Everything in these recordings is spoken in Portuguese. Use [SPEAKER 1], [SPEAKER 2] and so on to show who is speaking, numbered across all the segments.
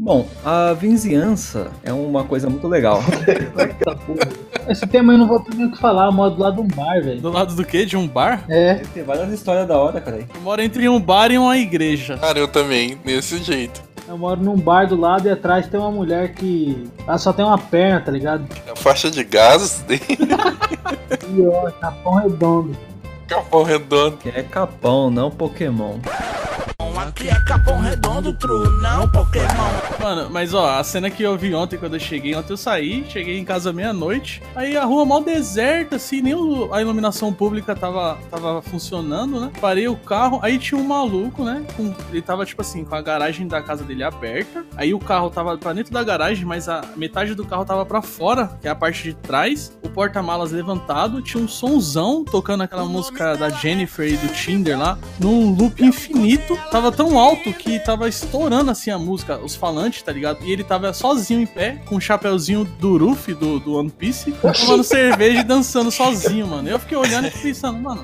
[SPEAKER 1] Bom, a vizinhança é uma coisa muito legal.
[SPEAKER 2] Esse tema eu não vou ter nem o que falar, eu moro do lado do mar, velho.
[SPEAKER 3] Do lado do quê? De um bar?
[SPEAKER 2] É,
[SPEAKER 1] Tem várias histórias da hora, cara.
[SPEAKER 3] Eu moro entre um bar e uma igreja.
[SPEAKER 4] Cara, eu também, desse jeito.
[SPEAKER 2] eu moro num bar do lado e atrás tem uma mulher que. Ela só tem uma perna, tá ligado?
[SPEAKER 4] A É faixa de gás tem
[SPEAKER 2] E ó, capão Tá um redondo.
[SPEAKER 4] capão redondo.
[SPEAKER 1] Que é capão, não Pokémon.
[SPEAKER 3] Mano, mas ó, a cena que eu vi ontem quando eu cheguei, ontem eu saí, cheguei em casa meia-noite, aí a rua mal deserta, assim, nem o- a iluminação pública tava, tava funcionando, né? Parei o carro, aí tinha um maluco, né? com- ele tava, tipo assim, com a garagem da casa dele aberta, aí o carro tava pra dentro da garagem, mas a metade do carro tava pra fora, que é a parte de trás, o porta-malas levantado, tinha um sonzão tocando aquela música da Jennifer e do Tinder lá, num loop infinito. Tava tão alto que tava estourando assim a música, os falantes, tá ligado? E ele tava sozinho em pé, com o chapéuzinho do Ruffy do, do One Piece, tomando cerveja e dançando sozinho, mano. Eu fiquei olhando e pensando, mano,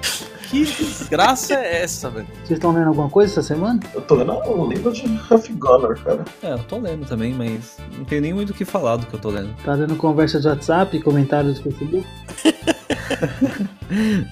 [SPEAKER 3] que desgraça é essa, velho?
[SPEAKER 2] Vocês estão lendo alguma coisa essa semana?
[SPEAKER 5] Eu tô lendo um livro de Huff Gunner, cara.
[SPEAKER 1] É, eu tô lendo também, mas não tem nem muito o que falar do que eu tô lendo.
[SPEAKER 2] Tá lendo conversa de WhatsApp, comentários do Facebook?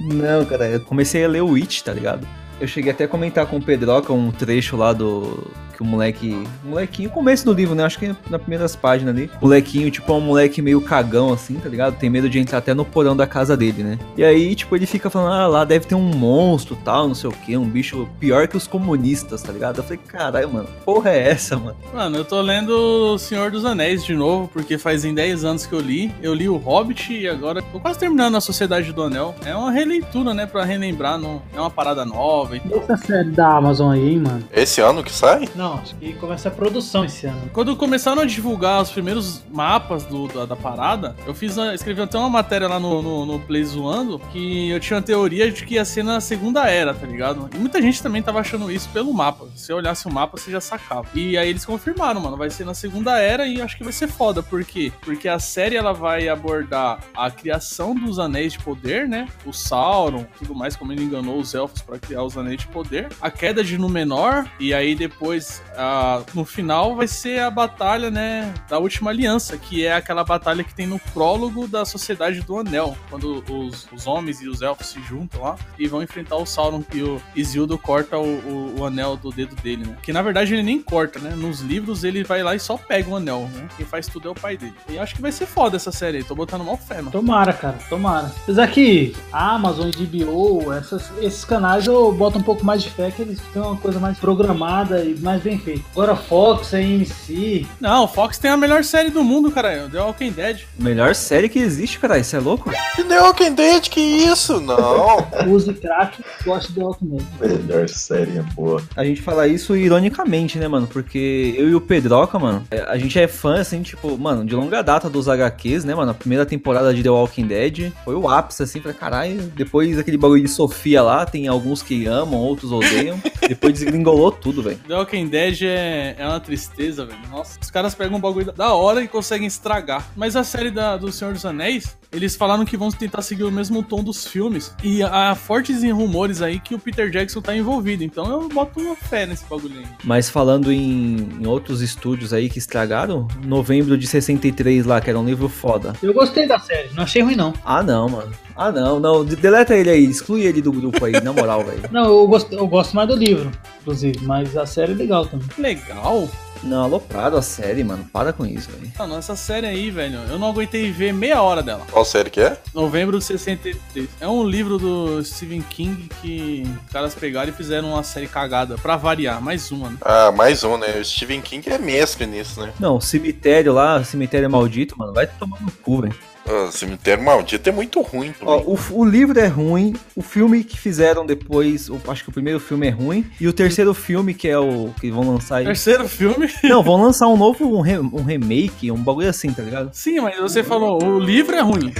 [SPEAKER 1] Não, cara, eu comecei a ler o It, tá ligado? Eu cheguei até a comentar com o Pedroca um trecho lá do. Que o moleque. Molequinho, começo do livro, né? Acho que na primeiras páginas ali. Molequinho, tipo, é um moleque meio cagão, assim, tá ligado? Tem medo de entrar até no porão da casa dele, né? E aí, tipo, ele fica falando, ah, lá deve ter um monstro tal, não sei o quê, um bicho pior que os comunistas, tá ligado? Eu falei, caralho, mano, porra é essa, mano?
[SPEAKER 3] Mano, eu tô lendo O Senhor dos Anéis de novo, porque fazem 10 anos que eu li. Eu li O Hobbit e agora tô quase terminando A Sociedade do Anel. É uma releitura, né, pra relembrar, não é uma parada nova e
[SPEAKER 2] E essa série da Amazon aí, hein, mano?
[SPEAKER 4] Esse ano que sai?
[SPEAKER 2] Não, acho que começa a produção esse ano.
[SPEAKER 3] Quando começaram a divulgar os primeiros mapas do- da, da parada, eu fiz uma- escrevi até uma matéria lá no, no, no Play Zoando que eu tinha uma teoria de que ia ser na Segunda Era, tá ligado? E muita gente também tava achando isso pelo mapa. Se você olhasse o mapa, você já sacava. E aí eles confirmaram, mano, vai ser na Segunda Era e acho que vai ser foda. Por quê? Porque a série ela vai abordar a criação dos Anéis de Poder, né? O Sauron, tudo mais, como ele enganou os elfos pra criar os Anéis de Poder. A queda de Númenor e aí depois ah, no final vai ser a batalha, né, da última aliança, que é aquela batalha que tem no prólogo da Sociedade do Anel, quando os, os homens e os elfos se juntam lá e vão enfrentar o Sauron que o Isildur corta o, o- o anel do dedo dele, né? Que na verdade ele nem corta, né? Nos livros ele vai lá e só pega o anel, né? Quem faz tudo é o pai dele. E acho que vai ser foda essa série, aí, tô botando mal fé, mano.
[SPEAKER 2] Tomara, cara, tomara. Apesar que a Amazon, HBO, essas- esses canais eu boto um pouco mais de fé que eles têm uma coisa mais programada e mais bem feita. Agora Fox, a AMC,
[SPEAKER 3] Não, Fox tem a melhor série do mundo, caralho. The Walking Dead.
[SPEAKER 1] Melhor série que existe, cara, isso é louco?
[SPEAKER 4] Que The Walking Dead, que isso? Não.
[SPEAKER 2] use crack, gosto de Walking Dead.
[SPEAKER 5] Melhor série é boa.
[SPEAKER 1] A gente fala isso ironicamente, né, mano? Porque eu e o Pedroca, mano, é, a gente é fã, assim, tipo, mano, de longa data dos HQs, né, mano? A primeira temporada de The Walking Dead foi o ápice, assim, pra caralho. Depois aquele bagulho de Sofia lá, tem alguns que amam, outros odeiam. Depois desgringolou tudo, velho.
[SPEAKER 3] The Walking Dead é, é uma tristeza, velho. Nossa, os caras pegam um bagulho da hora e conseguem estragar. Mas a série da- do Senhor dos Anéis, eles falaram que vão tentar seguir o mesmo tom dos filmes. E há fortes rumores aí que o Peter Jackson tá envolvido. Então eu boto uma fé nesse bagulho aí.
[SPEAKER 1] Mas falando em, em outros estúdios aí que estragaram, novembro de 63 lá, que era um livro foda.
[SPEAKER 2] Eu gostei da série, não achei ruim não.
[SPEAKER 1] Ah, não, mano. Ah, não, não. de- Deleta ele aí, exclui ele do grupo aí, na moral, velho.
[SPEAKER 2] Não, eu gosto, eu gosto mais do livro, inclusive, mas a série é legal também.
[SPEAKER 3] Legal.
[SPEAKER 1] Não, aloprado a série, mano. Para com isso, velho.
[SPEAKER 3] Mano, essa série aí, velho, eu não aguentei ver meia hora dela.
[SPEAKER 4] Qual série que é?
[SPEAKER 3] Novembro de 63. É um livro do Stephen King que os caras pegaram e fizeram uma série cagada. Pra variar, mais uma, né?
[SPEAKER 4] Ah, mais um, né? O Stephen King é mestre nisso, né?
[SPEAKER 1] Não, cemitério lá, cemitério maldito, mano, vai tomar no cu, velho.
[SPEAKER 4] Ah, Cemitério Maldito é muito ruim.
[SPEAKER 1] Ó,
[SPEAKER 4] também.
[SPEAKER 1] o, f- o livro é ruim, o filme que fizeram depois, o- acho que o primeiro filme é ruim, e o terceiro filme, que é o que vão lançar aí.
[SPEAKER 3] Terceiro filme.
[SPEAKER 1] Não, vão lançar um novo, um, re- um remake, um bagulho assim, tá ligado?
[SPEAKER 3] Sim, mas você falou, o livro é ruim.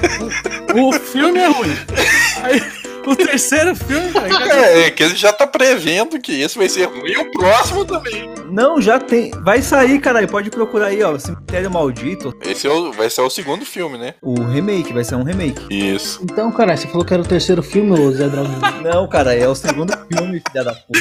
[SPEAKER 3] O filme é ruim. Aí, O terceiro filme, velho. cadê?
[SPEAKER 4] É, é que ele já tá prevendo que esse vai ser ruim e o próximo também.
[SPEAKER 1] Não, já tem. Vai sair, caralho. Pode procurar aí, ó. Cemitério Maldito.
[SPEAKER 4] Esse é o- vai ser o segundo filme, né?
[SPEAKER 1] O remake, vai ser um remake.
[SPEAKER 4] Isso.
[SPEAKER 2] Então, cara, você falou que era o terceiro filme, ô Zé Drauzio.
[SPEAKER 1] Não, cara, é o segundo filme, filha da puta.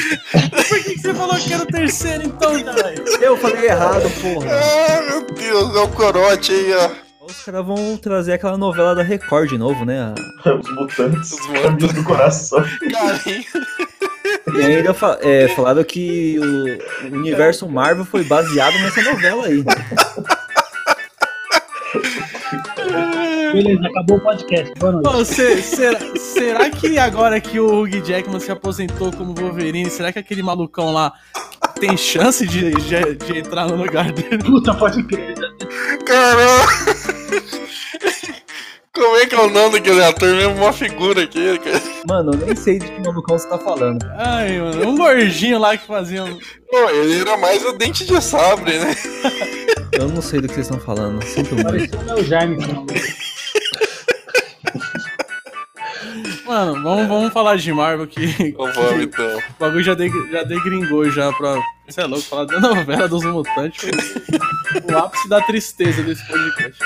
[SPEAKER 3] Por que, que você falou que era o terceiro, então, caralho?
[SPEAKER 1] Eu falei errado, porra.
[SPEAKER 4] Ah, meu Deus, é o corote aí, ó.
[SPEAKER 1] Os caras vão trazer aquela novela da Record de novo, né?
[SPEAKER 5] Os mutantes,
[SPEAKER 4] Os
[SPEAKER 5] os caminhos do coração.
[SPEAKER 4] Carinho.
[SPEAKER 1] E ainda fa- é, falaram que o universo Marvel foi baseado nessa novela aí. Né?
[SPEAKER 2] Beleza, acabou o podcast. Boa noite.
[SPEAKER 3] Ô, cê- será, será que agora que o Hugh Jackman se aposentou como Wolverine, será que aquele malucão lá tem chance de, de- de entrar no lugar dele?
[SPEAKER 2] Puta, pode crer.
[SPEAKER 4] Caramba! Como é que é o nome daquele ator mesmo? Uma figura aqui, cara.
[SPEAKER 1] Mano, eu nem sei de que malucão você tá falando.
[SPEAKER 3] Ai, mano, um gordinho lá que fazia. um-
[SPEAKER 4] Não, ele era mais o dente de sabre, né?
[SPEAKER 1] Eu não sei do que vocês estão falando. Sinto muito.
[SPEAKER 2] Pareceu o meu Jaime, final.
[SPEAKER 3] Mano, vamos, vamos falar de Marvel que
[SPEAKER 4] Então vamos então.
[SPEAKER 3] o bagulho já, deg- já degringou já pra. Você é louco, falar da novela dos mutantes. foi O ápice da tristeza desse podcast.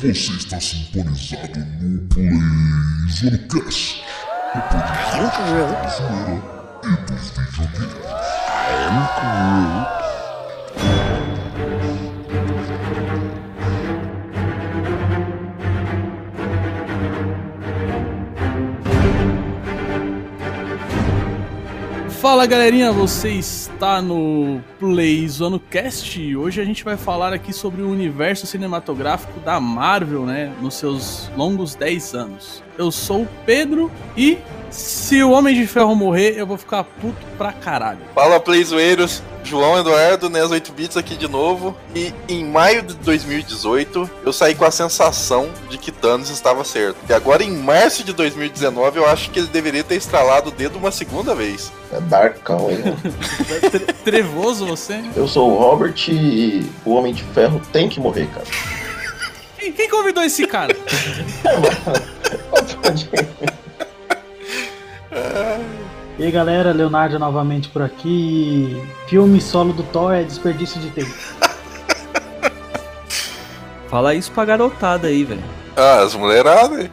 [SPEAKER 6] Você está sintonizado no Play Zonocast. O podcast da zoeira e dos videogames.
[SPEAKER 3] Fala galerinha, você está no Play Zone Cast e hoje a gente vai falar aqui sobre o universo cinematográfico da Marvel, né, nos seus longos 10 anos. Eu sou o Pedro e se o Homem de Ferro morrer, eu vou ficar puto pra caralho.
[SPEAKER 4] Fala, playzoeiros. João Eduardo, né? As 8 bits aqui de novo. E em maio de 2018, eu saí com a sensação de que Thanos estava certo. E agora, em março de 2019, eu acho que ele deveria ter estralado o dedo uma segunda vez.
[SPEAKER 5] É Darkão, hein?
[SPEAKER 3] É Tre- trevoso você?
[SPEAKER 5] Eu sou o Robert e o Homem de Ferro tem que morrer, cara.
[SPEAKER 3] Quem, quem convidou esse cara?
[SPEAKER 2] E aí galera, Leonardo novamente por aqui. Filme solo do Thor é desperdício de tempo.
[SPEAKER 1] Fala isso pra garotada aí, velho.
[SPEAKER 4] Ah, as mulheradas, hein?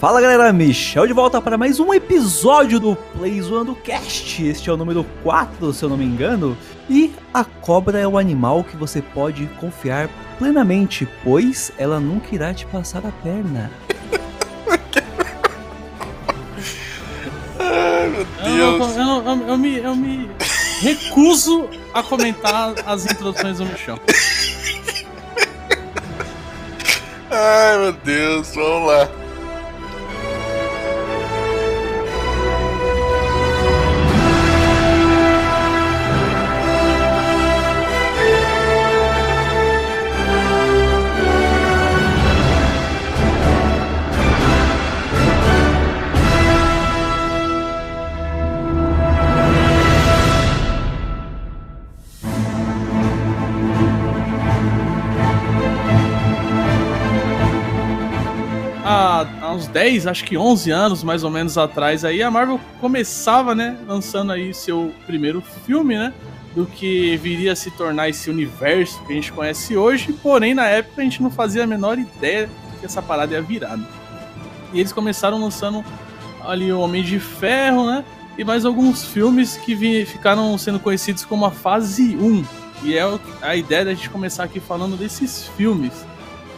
[SPEAKER 1] Fala galera, Michel de volta para mais um episódio do Play Zoando Cast. Este é o número 4, se eu não me engano. E a cobra é o animal que você pode confiar plenamente, pois ela nunca irá te passar a perna.
[SPEAKER 4] Ai, meu
[SPEAKER 3] Eu, não-
[SPEAKER 4] Deus.
[SPEAKER 3] eu, não- eu- eu me, eu me recuso a comentar as introduções do Michão.
[SPEAKER 4] Ai, meu Deus. Vamos lá.
[SPEAKER 3] há, há uns 10, acho que 11 anos mais ou menos atrás aí, a Marvel começava, né, lançando aí seu primeiro filme, né, do que viria a se tornar esse universo que a gente conhece hoje, porém na época a gente não fazia a menor ideia do que essa parada ia virar, né. E eles começaram lançando ali o Homem de Ferro, né, e mais alguns filmes que vi- ficaram sendo conhecidos como a fase 1. E é o- a ideia da gente começar aqui falando desses filmes.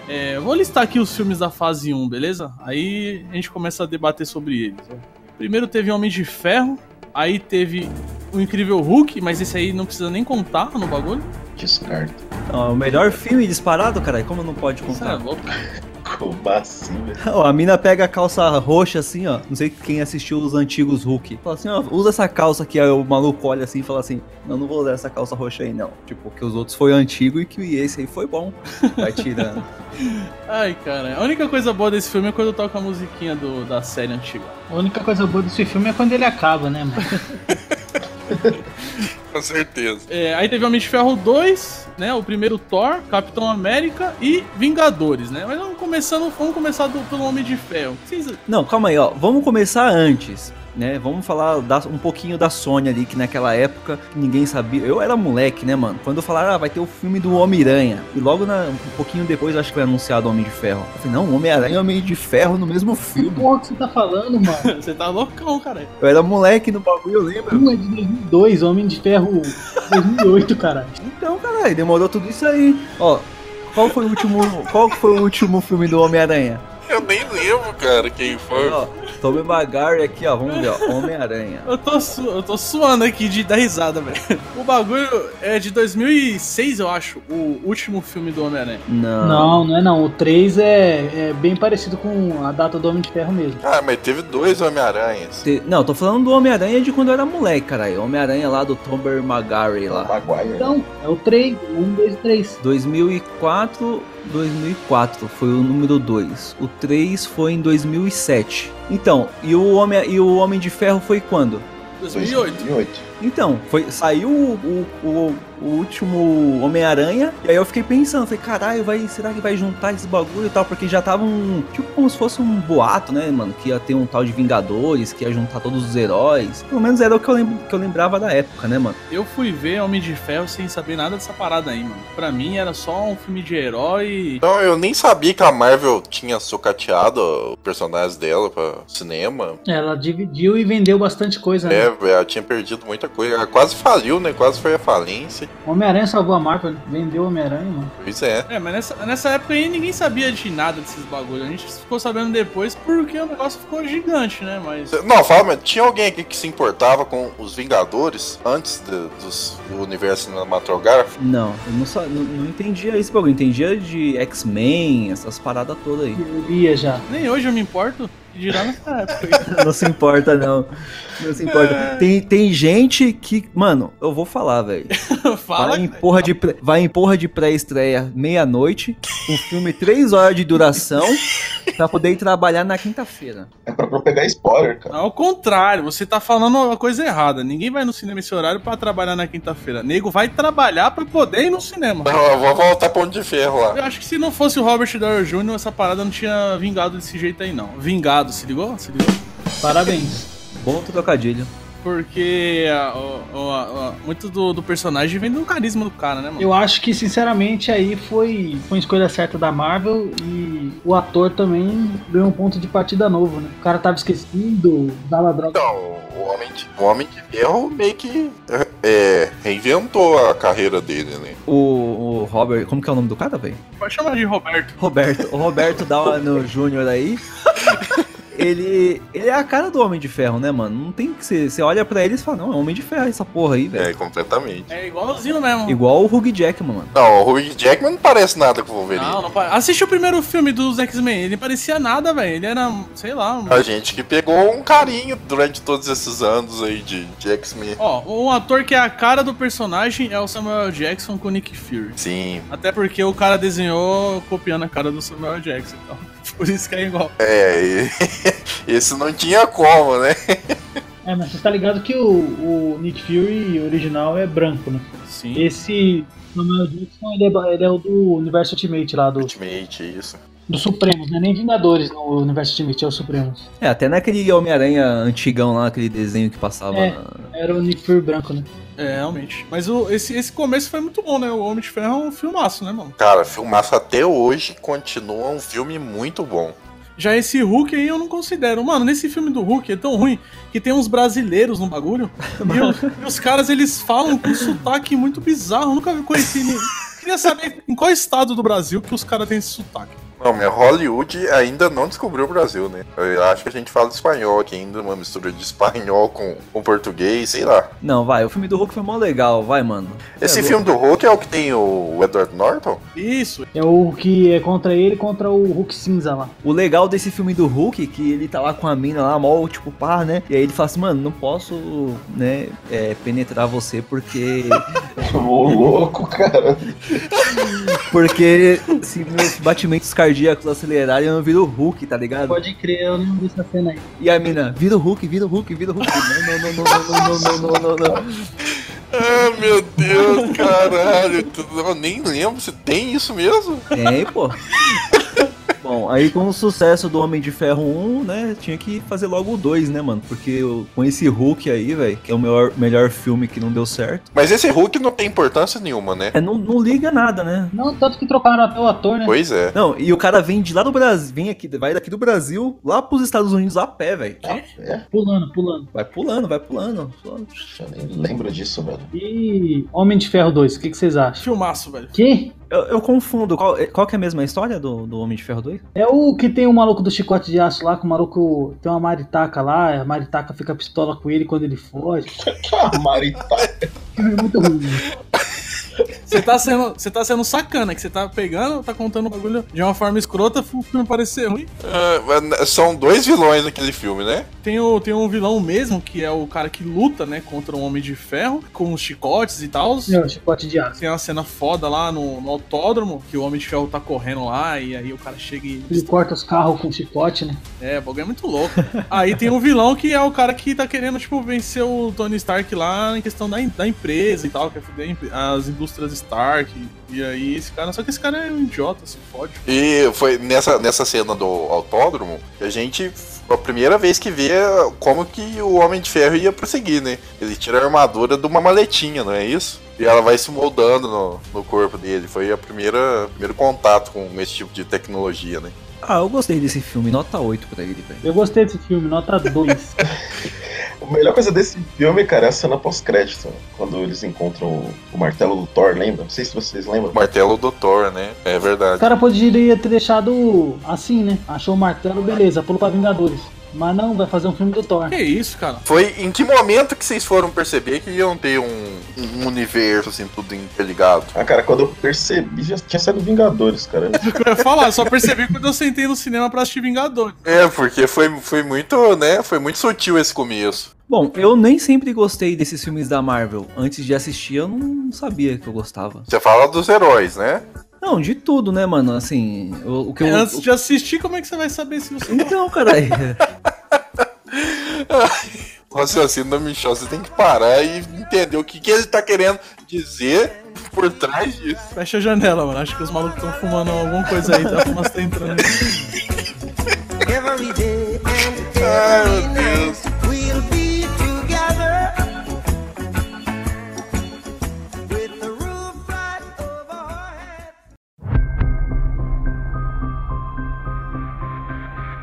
[SPEAKER 3] É, eu vou listar aqui os filmes da fase 1, beleza? Aí a gente começa a debater sobre eles. né? Primeiro teve Homem de Ferro, aí teve o Incrível Hulk, mas esse aí não precisa nem contar no bagulho.
[SPEAKER 5] Descarta.
[SPEAKER 1] Não, é o melhor filme disparado, cara. Como não pode
[SPEAKER 3] Isso é
[SPEAKER 1] contar?
[SPEAKER 3] louco.
[SPEAKER 5] Como assim, velho?
[SPEAKER 1] Ó, a mina pega a calça roxa assim, ó. Não sei quem assistiu os antigos Hulk. Fala assim, ó, usa essa calça aqui. Aí o maluco olha assim e fala assim: Não, não vou usar essa calça roxa aí, não. Tipo, que os outros foi antigo e que esse aí foi bom. Vai tirando.
[SPEAKER 3] Ai, cara. A única coisa boa desse filme é quando toca a musiquinha do- da série antiga.
[SPEAKER 2] A única coisa boa desse filme é quando ele acaba, né, mano?
[SPEAKER 4] com certeza.
[SPEAKER 3] É, aí teve Homem de Ferro 2, né? O primeiro Thor, Capitão América e Vingadores, né? Mas vamos começando, vamos começar do- pelo Homem de Ferro. Vocês-
[SPEAKER 1] Não, calma aí, ó. Vamos começar antes. Né, vamos falar da- um pouquinho da Sony ali, que naquela época ninguém sabia. Eu era moleque, né, mano? Quando falaram, ah, vai ter o filme do Homem-Aranha. E logo na- um pouquinho depois, acho que foi anunciado o Homem de Ferro. Eu falei, não, Homem-Aranha e Homem de Ferro no mesmo filme.
[SPEAKER 2] Porra que você tá falando, mano?
[SPEAKER 3] Você tá loucão, cara.
[SPEAKER 1] Eu era moleque no bagulho, eu lembro.
[SPEAKER 2] Um é de 2002, Homem de Ferro um. 2008, caralho.
[SPEAKER 1] Então, caralho, demorou tudo isso aí. Ó, qual foi o último, qual foi o último filme do Homem-Aranha?
[SPEAKER 4] Eu nem lembro, cara, quem foi.
[SPEAKER 1] Ó, Tobey Maguire aqui, ó, vamos ver, ó, Homem-Aranha.
[SPEAKER 3] Eu tô, su- eu tô suando aqui de dar risada, velho. O bagulho é de 2006, eu acho, o último filme do Homem-Aranha.
[SPEAKER 1] Não.
[SPEAKER 2] Não, não é não. O 3 é, é bem parecido com a data do Homem de Ferro mesmo.
[SPEAKER 4] Ah, mas teve dois Homem-Aranhas.
[SPEAKER 1] Te- Não, tô falando do Homem-Aranha de quando eu era moleque, caralho. Homem-Aranha lá do Tomber Magari lá.
[SPEAKER 5] Maguire.
[SPEAKER 2] Então, é o 3, 1, 2, 3.
[SPEAKER 1] 2004, 2004 foi o número 2. O 3 foi em 2007. Então, e o Homem e o Homem de Ferro foi quando?
[SPEAKER 3] 2008.
[SPEAKER 5] 2008.
[SPEAKER 1] Então, foi, saiu o, o- o- o último Homem-Aranha, e aí eu fiquei pensando, falei, caralho, vai, será que vai juntar esse bagulho e tal? Porque já tava um. Tipo como se fosse um boato, né, mano? Que ia ter um tal de Vingadores, que ia juntar todos os heróis. Pelo menos era o que eu, lembro, que eu lembrava da época, né, mano?
[SPEAKER 3] Eu fui ver Homem de Ferro sem saber nada dessa parada aí, mano. Pra mim era só um filme de herói.
[SPEAKER 4] Então, eu nem sabia que a Marvel tinha socateado o personagem dela pra cinema.
[SPEAKER 2] Ela dividiu e vendeu bastante coisa, né?
[SPEAKER 4] É, velho, ela tinha perdido muita coisa. Ela quase faliu, né? Quase foi a falência.
[SPEAKER 2] Homem-Aranha salvou a Marvel, né? vendeu o Homem-Aranha, mano.
[SPEAKER 4] Pois é.
[SPEAKER 3] É, mas nessa, nessa época aí ninguém sabia de nada desses bagulhos. A gente ficou sabendo depois porque o negócio ficou gigante, né? Mas.
[SPEAKER 4] Não, fala, mas tinha alguém aqui que se importava com os Vingadores antes de- dos, do universo cinematográfico?
[SPEAKER 1] Não, eu não, sa- não, não entendia esse bagulho. Eu entendia de X-Men, essas paradas todas aí.
[SPEAKER 2] Eu lia já.
[SPEAKER 3] Nem hoje eu me importo de girar nessa época. aí.
[SPEAKER 1] Não se importa, não. Não se importa. Tem, tem gente que. Mano, eu vou falar, velho.
[SPEAKER 3] Fala.
[SPEAKER 1] vai, em porra de pré- vai em porra de pré-estreia meia-noite, um filme três horas de duração, pra poder ir trabalhar na quinta-feira.
[SPEAKER 5] É pra, pra pegar spoiler, cara.
[SPEAKER 3] Não, Ao contrário, você tá falando uma coisa errada. Ninguém vai no cinema esse horário pra trabalhar na quinta-feira. Nego vai trabalhar pra poder ir no cinema.
[SPEAKER 4] Não, eu vou voltar pra Onde de Ferro lá.
[SPEAKER 3] Eu acho que se não fosse o Robert Downey Jr., essa parada não tinha vingado desse jeito aí, não. Vingado, se ligou? Se ligou?
[SPEAKER 2] Parabéns.
[SPEAKER 1] Bom trocadilho.
[SPEAKER 3] Porque ah, ó, ó, ó, muito do, do personagem vem do carisma do cara, né, mano?
[SPEAKER 2] Eu acho que, sinceramente, aí foi, foi uma escolha certa da Marvel e o ator também ganhou um ponto de partida novo, né? O cara tava esquecido, dava droga.
[SPEAKER 4] Então, o Homem de, o Homem de Ferro meio que é, reinventou a carreira dele, né?
[SPEAKER 1] O, o Robert. Como que é o nome do cara, velho?
[SPEAKER 3] Pode chamar de Roberto.
[SPEAKER 1] Roberto. O Roberto Downey Jr. aí. Ele, ele é a cara do Homem de Ferro, né, mano? Não tem que ser. Você olha pra ele e fala, não, é Homem de Ferro essa porra aí, velho.
[SPEAKER 4] É, completamente.
[SPEAKER 3] É igualzinho mesmo.
[SPEAKER 1] Igual o Hugh Jackman, mano.
[SPEAKER 4] Não, o Hugh Jackman não parece nada com o Wolverine.
[SPEAKER 3] Não, não pare... Assiste o primeiro filme dos X-Men. Ele parecia nada, velho. Ele era, sei lá. um-
[SPEAKER 4] A gente que pegou um carinho durante todos esses anos aí de, de X-Men.
[SPEAKER 3] Ó, um ator que é a cara do personagem é o Samuel Jackson com o Nick Fury.
[SPEAKER 4] Sim,
[SPEAKER 3] Até porque o cara desenhou copiando a cara do Samuel Jackson. Então, por isso que é igual.
[SPEAKER 4] é. e- Esse não tinha como, né?
[SPEAKER 2] É, mas você tá ligado que o, o Nick Fury original é branco, né?
[SPEAKER 3] Sim.
[SPEAKER 2] Esse Samuel Jackson, ele é, ba- ele é o do Universo Ultimate lá, do,
[SPEAKER 4] Ultimate, isso.
[SPEAKER 2] do Supremos, né? Nem Vingadores no Universo Ultimate, é o Supremos.
[SPEAKER 1] É, até naquele Homem-Aranha antigão lá, aquele desenho que passava.
[SPEAKER 2] É.
[SPEAKER 1] na-
[SPEAKER 2] Era o Nick Fury branco, né?
[SPEAKER 3] É, realmente. Mas o, esse, esse começo foi muito bom, né? O Homem de Ferro é um filmaço, né, mano?
[SPEAKER 4] Cara, filmaço até hoje continua um filme muito bom.
[SPEAKER 3] Já esse Hulk aí eu não considero. Mano, nesse filme do Hulk é tão ruim que tem uns brasileiros no bagulho. E, o- e os caras, eles falam com um sotaque muito bizarro. Eu nunca conheci ninguém. Queria saber em qual estado do Brasil que os caras têm esse sotaque.
[SPEAKER 4] Não, mas Hollywood ainda não descobriu o Brasil, né? Eu acho que a gente fala espanhol aqui ainda, uma mistura de espanhol com, com português, sei lá.
[SPEAKER 1] Não, vai, o filme do Hulk foi mó legal, vai, mano.
[SPEAKER 4] Esse
[SPEAKER 1] É,
[SPEAKER 4] filme do Hulk é o que tem o Edward Norton?
[SPEAKER 3] Isso.
[SPEAKER 2] É o que é contra ele contra o Hulk cinza lá.
[SPEAKER 1] O legal desse filme do Hulk é que ele tá lá com a mina lá, mó tipo par, né? E aí ele fala assim, mano, não posso, né, é, penetrar você porque.
[SPEAKER 5] Ô, louco, cara.
[SPEAKER 1] porque se meus batimentos cardíacos acelerarem, eu não viro Hulk, tá ligado?
[SPEAKER 2] Pode crer, eu lembro dessa cena aí.
[SPEAKER 1] E a mina, vira o Hulk, vira o Hulk, vira o Hulk. Não, não, não, não, não, não, não, não, não, não.
[SPEAKER 4] Ah, meu Deus, caralho. Tu- Eu nem lembro se tem isso mesmo.
[SPEAKER 1] Tem, pô. Bom, aí com o sucesso do Homem de Ferro 1, né, tinha que fazer logo o 2, né, mano? Porque eu- com esse Hulk aí, velho, que é o melhor, melhor filme que não deu certo,
[SPEAKER 4] Mas esse Hulk não tem importância nenhuma, né?
[SPEAKER 1] é, não, não liga nada, né?
[SPEAKER 2] Não, tanto que trocaram até o ator, né?
[SPEAKER 4] Pois é.
[SPEAKER 1] Não, e o cara vem de lá do Brasil, vem aqui, vai daqui do Brasil, lá pros Estados Unidos a pé, velho.
[SPEAKER 5] É,
[SPEAKER 2] Pulando, pulando.
[SPEAKER 1] Vai pulando, vai pulando. pulando.
[SPEAKER 5] eu nem lembro disso, velho.
[SPEAKER 2] E Homem de Ferro 2, o que, que vocês acham?
[SPEAKER 3] Filmaço, velho.
[SPEAKER 2] Que?
[SPEAKER 1] Eu, eu confundo, qual, qual que é a mesma história do, do Homem de Ferro 2?
[SPEAKER 2] É o que tem o maluco do chicote de aço lá, que o maluco tem uma maritaca lá, a maritaca fica pistola com ele quando ele foge.
[SPEAKER 5] Ah, Maritaca.
[SPEAKER 2] É muito ruim.
[SPEAKER 3] Você tá sendo, você tá sendo sacana, que você tá pegando, tá contando o bagulho de uma forma escrota, pro filme parecer ruim.
[SPEAKER 4] Ah, mas são dois vilões naquele filme, né?
[SPEAKER 3] Tem, o, tem um vilão mesmo, que é o cara que luta, né, contra um homem de ferro, com os chicotes e tal.
[SPEAKER 2] É, o chicote de aço.
[SPEAKER 3] Tem uma cena foda lá no, no autódromo, que o Homem de Ferro tá correndo lá, e aí o cara chega e.
[SPEAKER 2] Ele corta os carros com chicote, né?
[SPEAKER 3] É, o bagulho é muito louco. aí tem um vilão que é o cara que tá querendo, tipo, vencer o Tony Stark lá em questão da, em- da empresa e tal, que é da em- as indústrias Stark. E aí esse cara. Só que esse cara é um idiota, se fode.
[SPEAKER 4] E foi nessa, nessa cena do autódromo que a gente, a primeira vez que vê ah, como que o Homem de Ferro ia prosseguir, né? Ele tira a armadura de uma maletinha, não é isso? E ela vai se moldando no, no corpo dele. Foi a primeira primeiro contato com esse tipo de tecnologia, né?
[SPEAKER 1] Ah, eu gostei desse filme, nota 8 pra ele, velho.
[SPEAKER 2] Eu gostei desse filme, nota 2.
[SPEAKER 5] A melhor coisa desse filme, cara, é a cena pós-crédito. né? Quando eles encontram o, o martelo do Thor, lembra? Não sei se vocês lembram.
[SPEAKER 4] O martelo do Thor, né? É
[SPEAKER 2] o
[SPEAKER 4] verdade.
[SPEAKER 2] cara poderia ter deixado assim, né? Achou o martelo, beleza, pulou pra Vingadores. Mas não, vai fazer um filme do Thor.
[SPEAKER 3] Que isso, cara?
[SPEAKER 4] Foi em que momento que vocês foram perceber que iam ter um, um universo, assim, tudo interligado?
[SPEAKER 5] Ah, cara, quando eu percebi, já tinha saído Vingadores, cara.
[SPEAKER 3] Eu ia falar, só percebi quando eu sentei no cinema pra assistir Vingadores.
[SPEAKER 4] É, porque foi, foi muito, né? Foi muito sutil esse começo.
[SPEAKER 1] Bom, eu nem sempre gostei desses filmes da Marvel. Antes de assistir, eu não sabia que eu gostava.
[SPEAKER 4] Você fala dos heróis, né?
[SPEAKER 1] Não, de tudo, né, mano? Assim, o, o que eu.
[SPEAKER 3] Antes de assistir, como é que você vai saber se você.
[SPEAKER 1] Então, caralho.
[SPEAKER 4] O raciocínio do Michel, você tem que parar e entender o que, que ele tá querendo dizer por trás disso.
[SPEAKER 3] Fecha a janela, mano. Acho que os malucos estão fumando alguma coisa aí, tá? A fumaça tá entrando.
[SPEAKER 7] Every day and
[SPEAKER 4] Ai,
[SPEAKER 7] every
[SPEAKER 4] meu Deus.
[SPEAKER 7] night we'll be together with the roof right over our heads.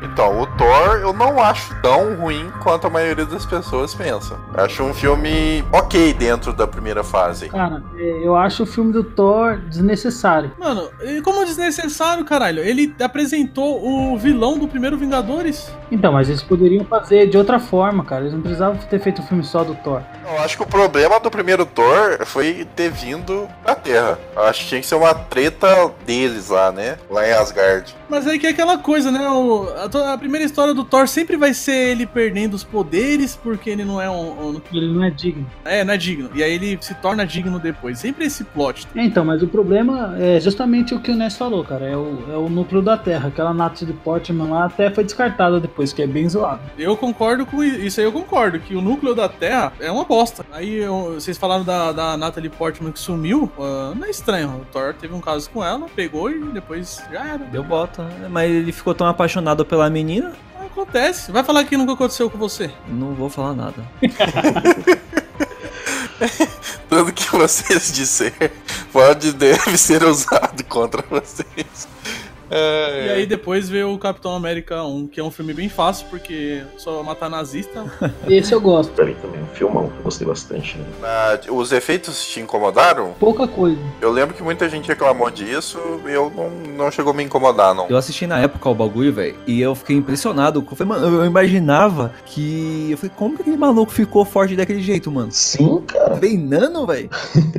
[SPEAKER 4] Então, o Thor eu não acho tão ruim quanto a maioria das pessoas pensa. Acho um filme ok dentro da primeira fase.
[SPEAKER 2] Cara, é, eu acho o filme do Thor desnecessário.
[SPEAKER 3] Mano, e como é desnecessário, caralho. Ele apresentou o vilão do primeiro Vingadores.
[SPEAKER 2] Então, mas eles poderiam fazer de outra forma, cara. Eles não precisavam ter feito um filme só do Thor.
[SPEAKER 4] Eu acho que o problema do primeiro Thor foi ter vindo pra Terra. Eu acho que tinha que ser uma treta deles lá, né? Lá em Asgard.
[SPEAKER 3] Mas aí que é aquela coisa, né? o- a, to- a primeira história do Thor sempre vai ser ele perdendo os poderes porque ele não é um. um-
[SPEAKER 2] Ele não é digno.
[SPEAKER 3] é, não é digno. E aí ele se torna digno depois. Sempre esse plot.
[SPEAKER 2] É, Então, mas o problema é justamente o que o Ness falou, cara. É o, é o núcleo da Terra. Aquela Nath de Portman lá até foi descartada depois, que é bem zoado.
[SPEAKER 3] Eu concordo com i- isso aí, eu concordo, que o núcleo da Terra é uma bosta. Aí eu- vocês falaram da, da Natalie Portman que sumiu, ah, não é estranho. O Thor teve um caso com ela, pegou e depois já era.
[SPEAKER 1] Deu bota. né? Mas ele ficou tão apaixonado pela menina,
[SPEAKER 3] Acontece. Vai falar que nunca aconteceu com você.
[SPEAKER 1] não vou falar nada.
[SPEAKER 4] Tudo que vocês disserem pode e deve ser usado contra vocês. É,
[SPEAKER 3] E aí depois veio o Capitão América 1, que é um filme bem fácil, porque só matar nazista.
[SPEAKER 2] Esse eu gosto.
[SPEAKER 5] Pra mim também, um filmão que eu gostei bastante. Né?
[SPEAKER 4] Ah, os efeitos te incomodaram?
[SPEAKER 2] Pouca coisa.
[SPEAKER 4] Eu lembro que muita gente reclamou disso e eu não, não chegou a me incomodar, não.
[SPEAKER 1] Eu assisti na época o bagulho, velho, e eu fiquei impressionado. Eu, falei, mano, eu imaginava que. Eu falei, como que aquele maluco ficou forte daquele jeito, mano?
[SPEAKER 5] Sim, cara.
[SPEAKER 1] Treinando, velho?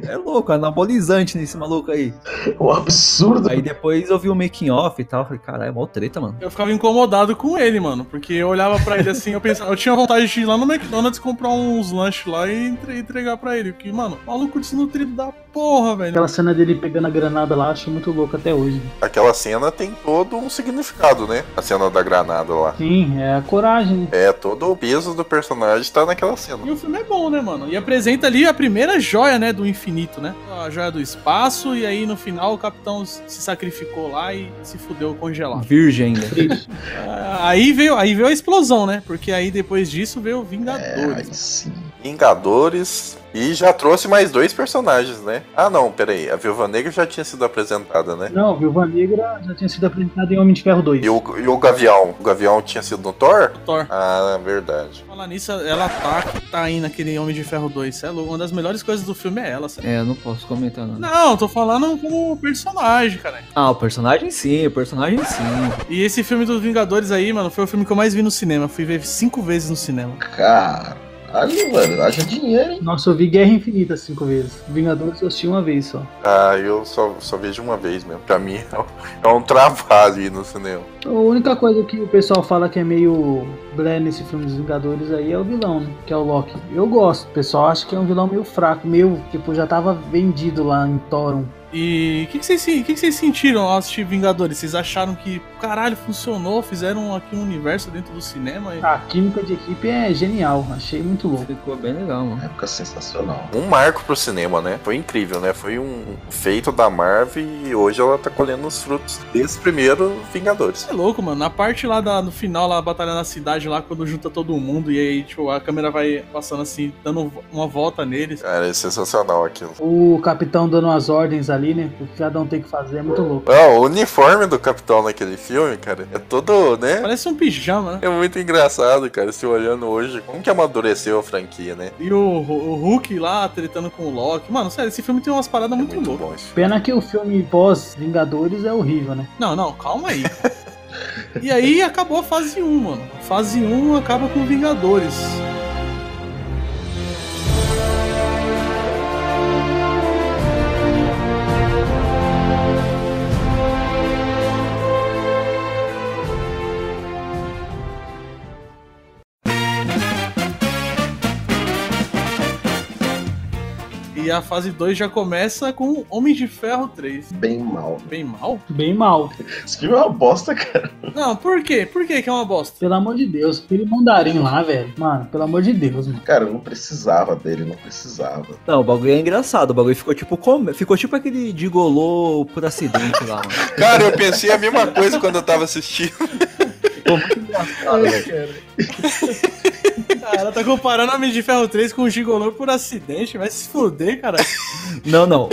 [SPEAKER 1] É louco, anabolizante nesse maluco aí.
[SPEAKER 5] É um absurdo.
[SPEAKER 1] Aí depois eu vi o making off e tal. eu Falei, caralho, é mó treta, mano.
[SPEAKER 3] Eu ficava incomodado com ele, mano, porque eu olhava pra ele assim, eu pensava, eu tinha vontade de ir lá no McDonald's comprar uns lanches lá e entre- entregar pra ele, porque, mano, maluco desnutrido da porra, velho.
[SPEAKER 2] Aquela cena dele pegando a granada lá, acho muito louco até hoje.
[SPEAKER 4] Aquela cena tem todo um significado, né? A cena da granada lá.
[SPEAKER 2] Sim, é a coragem, né?
[SPEAKER 4] É, todo o peso do personagem tá naquela cena.
[SPEAKER 3] E o filme é bom, né, mano? E apresenta ali a primeira joia, né, do infinito, né? A joia do espaço, e aí no final o capitão se sacrificou lá e se fudeu congelado.
[SPEAKER 1] Virgem né? ainda.
[SPEAKER 3] Ah, Aí veio, aí veio a explosão, né? Porque aí depois disso veio o Vingadores.
[SPEAKER 5] Aí sim.
[SPEAKER 4] Vingadores. E já trouxe mais dois personagens, né? Ah, não, peraí. A Viúva Negra já tinha sido apresentada, né?
[SPEAKER 2] Não, Viúva Negra já tinha sido apresentada em Homem de Ferro 2.
[SPEAKER 4] E o, e o Gavião? O Gavião tinha sido no Thor?
[SPEAKER 3] O Thor.
[SPEAKER 4] Ah, verdade.
[SPEAKER 3] Falar nisso, ela tá, tá aí naquele Homem de Ferro 2. Cê é louco. Uma das melhores coisas do filme é ela, sabe?
[SPEAKER 1] É, eu não posso comentar nada.
[SPEAKER 3] Não, tô falando como personagem, cara.
[SPEAKER 1] Ah, o personagem sim, o personagem sim.
[SPEAKER 3] E esse filme dos Vingadores aí, mano, foi o filme que eu mais vi no cinema. Fui ver cinco vezes no cinema.
[SPEAKER 5] Caralho, mano. Haja dinheiro, hein?
[SPEAKER 2] Nossa, eu vi Guerra Infinita cinco vezes. Vingadores eu assisti uma vez só.
[SPEAKER 4] Ah, eu só, só vejo uma vez mesmo. Pra mim é um- é um trabalho ir no cinema.
[SPEAKER 2] A única coisa que o pessoal fala que é meio blé nesse filme dos Vingadores aí é o vilão, né? Que é o Loki. Eu gosto. O pessoal acha que é um vilão meio fraco, meio, tipo, já tava vendido lá em Thoron.
[SPEAKER 3] E o que que vocês se- que que vocês sentiram ao assistir Vingadores? Vocês acharam que, caralho, funcionou? Fizeram aqui um universo dentro do cinema? E...
[SPEAKER 2] A química de equipe é genial, achei muito louco.
[SPEAKER 1] Ficou bem legal, mano.
[SPEAKER 5] Época É, sensacional.
[SPEAKER 4] um marco pro cinema, né? Foi incrível, né? Foi um feito da Marvel e hoje ela tá colhendo os frutos desse primeiro Vingadores.
[SPEAKER 3] Isso é louco, mano. Na parte lá da- no final, lá, a batalha na cidade, lá, quando junta todo mundo, e aí, tipo, a câmera vai passando assim, dando uma volta neles.
[SPEAKER 4] Cara, é sensacional aquilo.
[SPEAKER 2] O capitão dando as ordens ali, né? O que cada um tem que fazer é muito louco.
[SPEAKER 4] Ah, o uniforme do Capitão naquele filme, cara, é todo, né?
[SPEAKER 3] Parece um pijama, né?
[SPEAKER 4] É muito engraçado, cara, se olhando hoje, como que amadureceu a franquia, né?
[SPEAKER 3] E o, o Hulk lá tretando com o Loki. Mano, sério, esse filme tem umas paradas
[SPEAKER 4] É
[SPEAKER 3] muito,
[SPEAKER 4] muito
[SPEAKER 3] loucas.
[SPEAKER 4] bom isso.
[SPEAKER 2] Pena que o filme pós-Vingadores é horrível, né?
[SPEAKER 3] Não, não, calma aí. e aí acabou a fase 1, mano. A fase 1 acaba com Vingadores. E a fase 2 já começa com Homem de Ferro 3.
[SPEAKER 5] Bem mal.
[SPEAKER 3] Bem mal?
[SPEAKER 2] Bem mal.
[SPEAKER 5] Esse filme é uma bosta, cara.
[SPEAKER 3] Não, por quê? Por que que é uma bosta?
[SPEAKER 2] Pelo amor de Deus, aquele mandarim lá, velho. Mano, pelo amor de Deus, mano.
[SPEAKER 5] Cara, eu não precisava dele, não precisava.
[SPEAKER 1] Não, o bagulho é engraçado. O bagulho ficou tipo como? Ficou tipo aquele de golô por acidente lá, mano.
[SPEAKER 4] Cara, eu pensei a mesma coisa quando eu tava assistindo.
[SPEAKER 1] Ficou muito engraçado, velho.
[SPEAKER 3] Cara, tá comparando Homem de Ferro 3 com o Gigolô por acidente, vai se fuder, cara.
[SPEAKER 1] Não, não.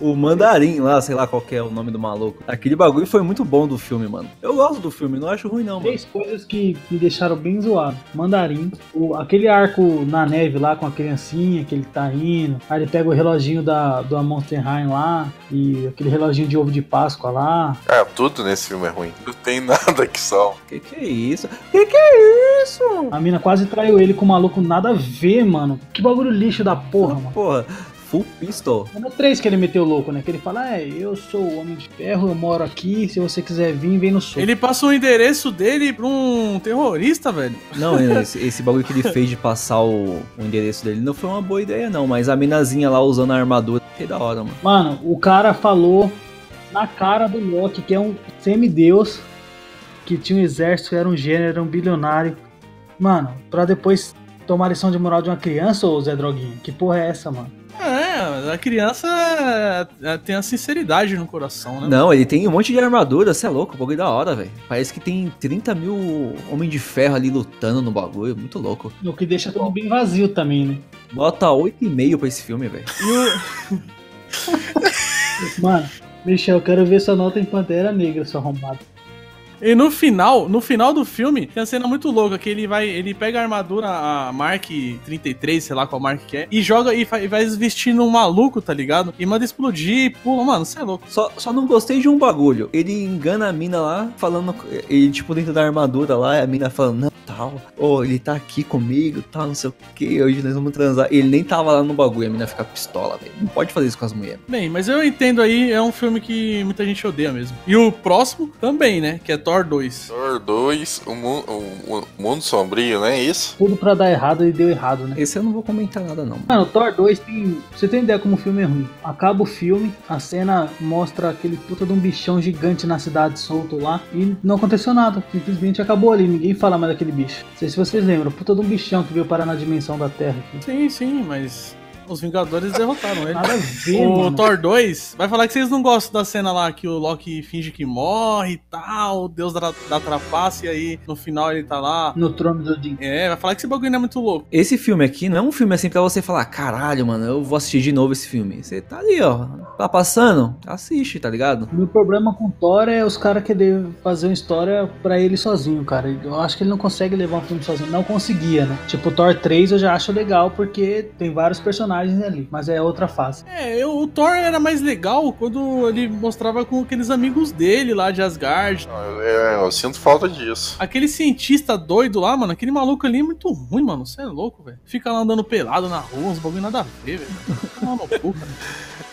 [SPEAKER 1] O, o mandarim lá, sei lá qual que é o nome do maluco. Aquele bagulho foi muito bom do filme, mano. Eu gosto do filme, não acho ruim, não, mano.
[SPEAKER 2] Três coisas que me deixaram bem zoado. Mandarim, o, aquele arco na neve lá com a criancinha que ele tá indo. Aí ele pega o reloginho da, do Monsterheim lá. E aquele reloginho de ovo de Páscoa lá.
[SPEAKER 4] Ah, tudo nesse filme é ruim. Não tem nada que sal.
[SPEAKER 1] Que que é isso? Que que é isso?
[SPEAKER 2] A mina quase traiu ele com o maluco nada a ver, mano. Que bagulho lixo da porra, mano.
[SPEAKER 1] Porra, full pistol.
[SPEAKER 2] É no 3 que ele meteu o louco, né? Que ele fala, é, eu sou o Homem de Ferro, eu moro aqui, se você quiser vir, vem no soco.
[SPEAKER 3] Ele passa o endereço dele pra um terrorista, velho.
[SPEAKER 1] Não, esse, esse bagulho que ele fez de passar o, o endereço dele não foi uma boa ideia, não. Mas a minazinha lá usando a armadura, que da hora, mano.
[SPEAKER 2] Mano, o cara falou na cara do Loki, que é um semideus, que tinha um exército, era um gênero, era um bilionário. Mano, pra depois tomar lição de moral de uma criança, ô Zé Droguinha? Que porra é essa, mano?
[SPEAKER 3] É, a criança é, é, tem a sinceridade no coração, né?
[SPEAKER 1] Não, ele tem um monte de armadura, você é louco, o bagulho da hora, velho. Parece que tem 30 mil homem de ferro ali lutando no bagulho, muito louco.
[SPEAKER 2] O que deixa tudo bem vazio também, né?
[SPEAKER 1] Bota 8,5 pra esse filme, velho.
[SPEAKER 2] Mano, Michel, eu quero ver sua nota em Pantera Negra, seu arrombado.
[SPEAKER 3] E no final, no final do filme, tem uma cena muito louca que ele vai, ele pega a armadura, a Mark 33, sei lá qual Mark que é, e joga e, fa- e vai vestindo um maluco, tá ligado? E manda explodir e pula, mano, você é louco.
[SPEAKER 1] Só, só não gostei de um bagulho. Ele engana a mina lá, falando. Ele, tipo, dentro da armadura lá, a mina falando, não, tá tal. Oh, ele tá aqui comigo, tal, não sei o que. Hoje nós vamos transar. Ele nem tava lá no bagulho, a menina fica pistola, velho. Não pode fazer isso com as mulheres.
[SPEAKER 3] Bem, mas eu entendo aí, é um filme que muita gente odeia mesmo. E o próximo também, né? Que é Thor 2.
[SPEAKER 4] Thor 2, o, mu- o- o Mundo Sombrio, não é isso?
[SPEAKER 2] Tudo pra dar errado e deu errado, né?
[SPEAKER 1] Esse eu não vou comentar nada, não.
[SPEAKER 2] Mano, Thor 2 tem. pra Você tem ideia como o filme é ruim? Acaba o filme, a cena mostra aquele puta de um bichão gigante na cidade solto lá e não aconteceu nada. Simplesmente acabou ali, ninguém fala mais daquele bicho. Não sei se vocês lembram, puta de um bichão que veio parar na dimensão da Terra aqui.
[SPEAKER 3] Sim, sim, mas os Vingadores derrotaram ele.
[SPEAKER 2] Nada a ver,
[SPEAKER 3] O
[SPEAKER 2] Ah, mano.
[SPEAKER 3] Thor 2 vai falar que vocês não gostam da cena lá que o Loki finge que morre e tal, o Deus da, da trapaça, e aí no final ele tá lá.
[SPEAKER 2] No trono do Odin.
[SPEAKER 3] É, vai falar que esse bagulho não é muito louco.
[SPEAKER 1] Esse filme aqui não é um filme assim pra você falar, caralho, mano, eu vou assistir de novo esse filme. Você tá ali, ó. Tá passando? Assiste, tá ligado?
[SPEAKER 2] Meu problema com Thor é os caras querer fazer uma história pra ele sozinho, cara. Eu acho que ele não consegue levar um filme sozinho. Não conseguia, né? Tipo, Thor 3 eu já acho legal porque tem vários personagens ali, mas é outra fase.
[SPEAKER 3] É, eu- o Thor era mais legal quando ele mostrava com aqueles amigos dele lá de Asgard.
[SPEAKER 4] É, eu sinto falta disso.
[SPEAKER 3] Aquele cientista doido lá, mano, aquele maluco ali é muito ruim, mano. Você é louco, velho. Fica lá andando pelado na rua, uns bagulho nada a ver, velho. Toma no cu, cara.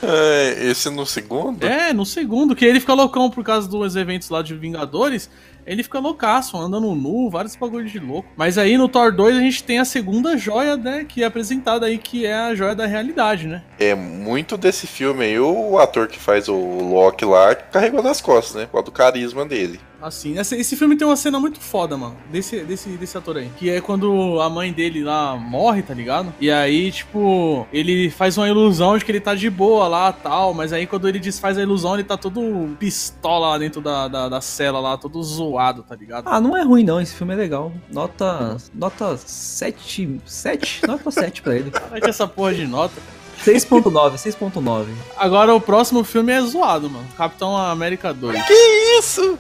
[SPEAKER 4] É, esse no segundo?
[SPEAKER 3] É, no segundo, que ele fica loucão por causa dos eventos lá de Vingadores. Ele fica loucaço, andando nu, vários bagulhos de louco. Mas aí no Thor 2 a gente tem a segunda joia, né? Que é apresentada aí, que é a joia da realidade, né?
[SPEAKER 4] É muito desse filme aí, o ator que faz o Loki lá carregou nas costas, né? Por causa do carisma dele.
[SPEAKER 3] Assim, essa- esse filme tem uma cena muito foda, mano, desse, desse, desse ator aí. Que é quando a mãe dele lá morre, tá ligado? E aí, tipo, ele faz uma ilusão de que ele tá de boa lá tal. Mas aí, quando ele desfaz a ilusão, ele tá todo pistola lá dentro da, da, da cela lá, todo zoado, tá ligado?
[SPEAKER 1] Ah, não é ruim não, esse filme é legal. Nota. Nota 7. 7? Nota 7 pra ele.
[SPEAKER 3] Caralho, é essa porra de nota.
[SPEAKER 1] 6.9, 6.9.
[SPEAKER 3] Agora o próximo filme é zoado, mano. Capitão América 2.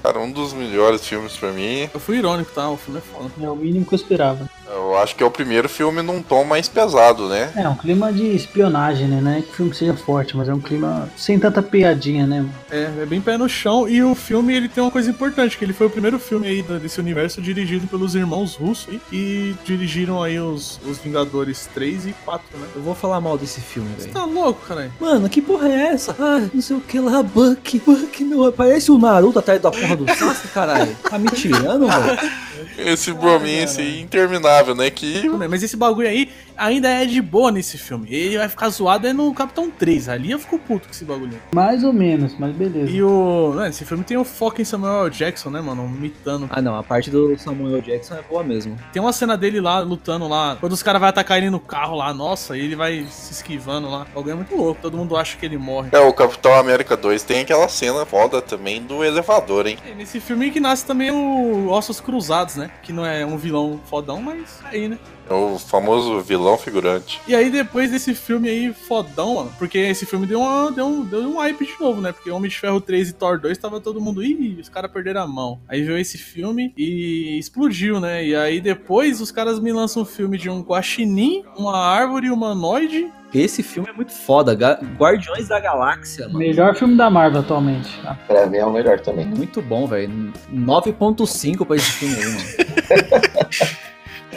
[SPEAKER 4] Cara, um dos melhores filmes pra mim.
[SPEAKER 3] Eu fui irônico, tá? O filme é foda.
[SPEAKER 2] É o mínimo que eu esperava.
[SPEAKER 4] Eu acho que é o primeiro filme num tom mais pesado, né?
[SPEAKER 2] É, um clima de espionagem, né? Não é que o filme seja forte, mas é um clima sem tanta piadinha, né? mano?
[SPEAKER 3] É, é bem pé no chão. E o filme, ele tem uma coisa importante, que ele foi o primeiro filme aí da- desse universo dirigido pelos irmãos russos e que dirigiram aí os, os Vingadores 3 e 4, né?
[SPEAKER 1] Eu vou falar mal desse filme,
[SPEAKER 3] Você
[SPEAKER 1] velho.
[SPEAKER 3] tá louco, caralho?
[SPEAKER 1] Mano, que porra é essa? Ah, não sei o que lá, Buck. Buck não. Parece o Naruto atrás da porra do Sasuke, caralho. Tá me tirando, velho?
[SPEAKER 4] Esse bromance aí interminável, né? Que
[SPEAKER 3] Mas esse bagulho aí ainda é de boa nesse filme. Ele vai ficar zoado é no Capitão 3. Ali eu fico puto com esse bagulho.
[SPEAKER 2] Mais ou menos, mas beleza.
[SPEAKER 3] E o. né, Esse filme tem o foco em Samuel Jackson, né, mano? Mitando
[SPEAKER 1] Ah, não, a parte do Samuel Jackson é boa mesmo.
[SPEAKER 3] Tem uma cena dele lá lutando lá. Quando os caras vão atacar ele no carro lá, nossa, e ele vai se esquivando lá. Alguém é muito louco, todo mundo acha que ele morre.
[SPEAKER 4] é o Capitão América 2 tem aquela cena foda também do elevador, hein?
[SPEAKER 3] E É, nesse filme que nasce também o Ossos Cruzados, né? Que não é um vilão fodão, mas aí, né?
[SPEAKER 4] É o famoso vilão figurante.
[SPEAKER 3] E aí depois desse filme aí fodão, mano, porque esse filme deu, uma, deu, um, deu um hype de novo, né? Porque Homem de Ferro 3 e Thor 2 tava todo mundo, ih, os caras perderam a mão. Aí veio esse filme e explodiu, né? E aí depois os caras me lançam um filme de um guaxinim, uma árvore humanoide
[SPEAKER 1] Esse filme é muito foda. Ga- Guardiões da Galáxia, mano.
[SPEAKER 2] Melhor filme da Marvel atualmente. Ah,
[SPEAKER 5] Pra mim é o melhor também.
[SPEAKER 1] Muito bom, velho. 9.5 pra esse filme aí, mano.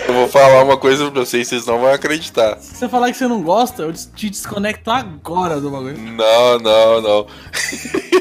[SPEAKER 4] Eu vou falar uma coisa pra vocês, vocês não vão acreditar.
[SPEAKER 3] Se você falar que você não gosta, eu des- te desconecto agora do bagulho.
[SPEAKER 4] Não, não, não.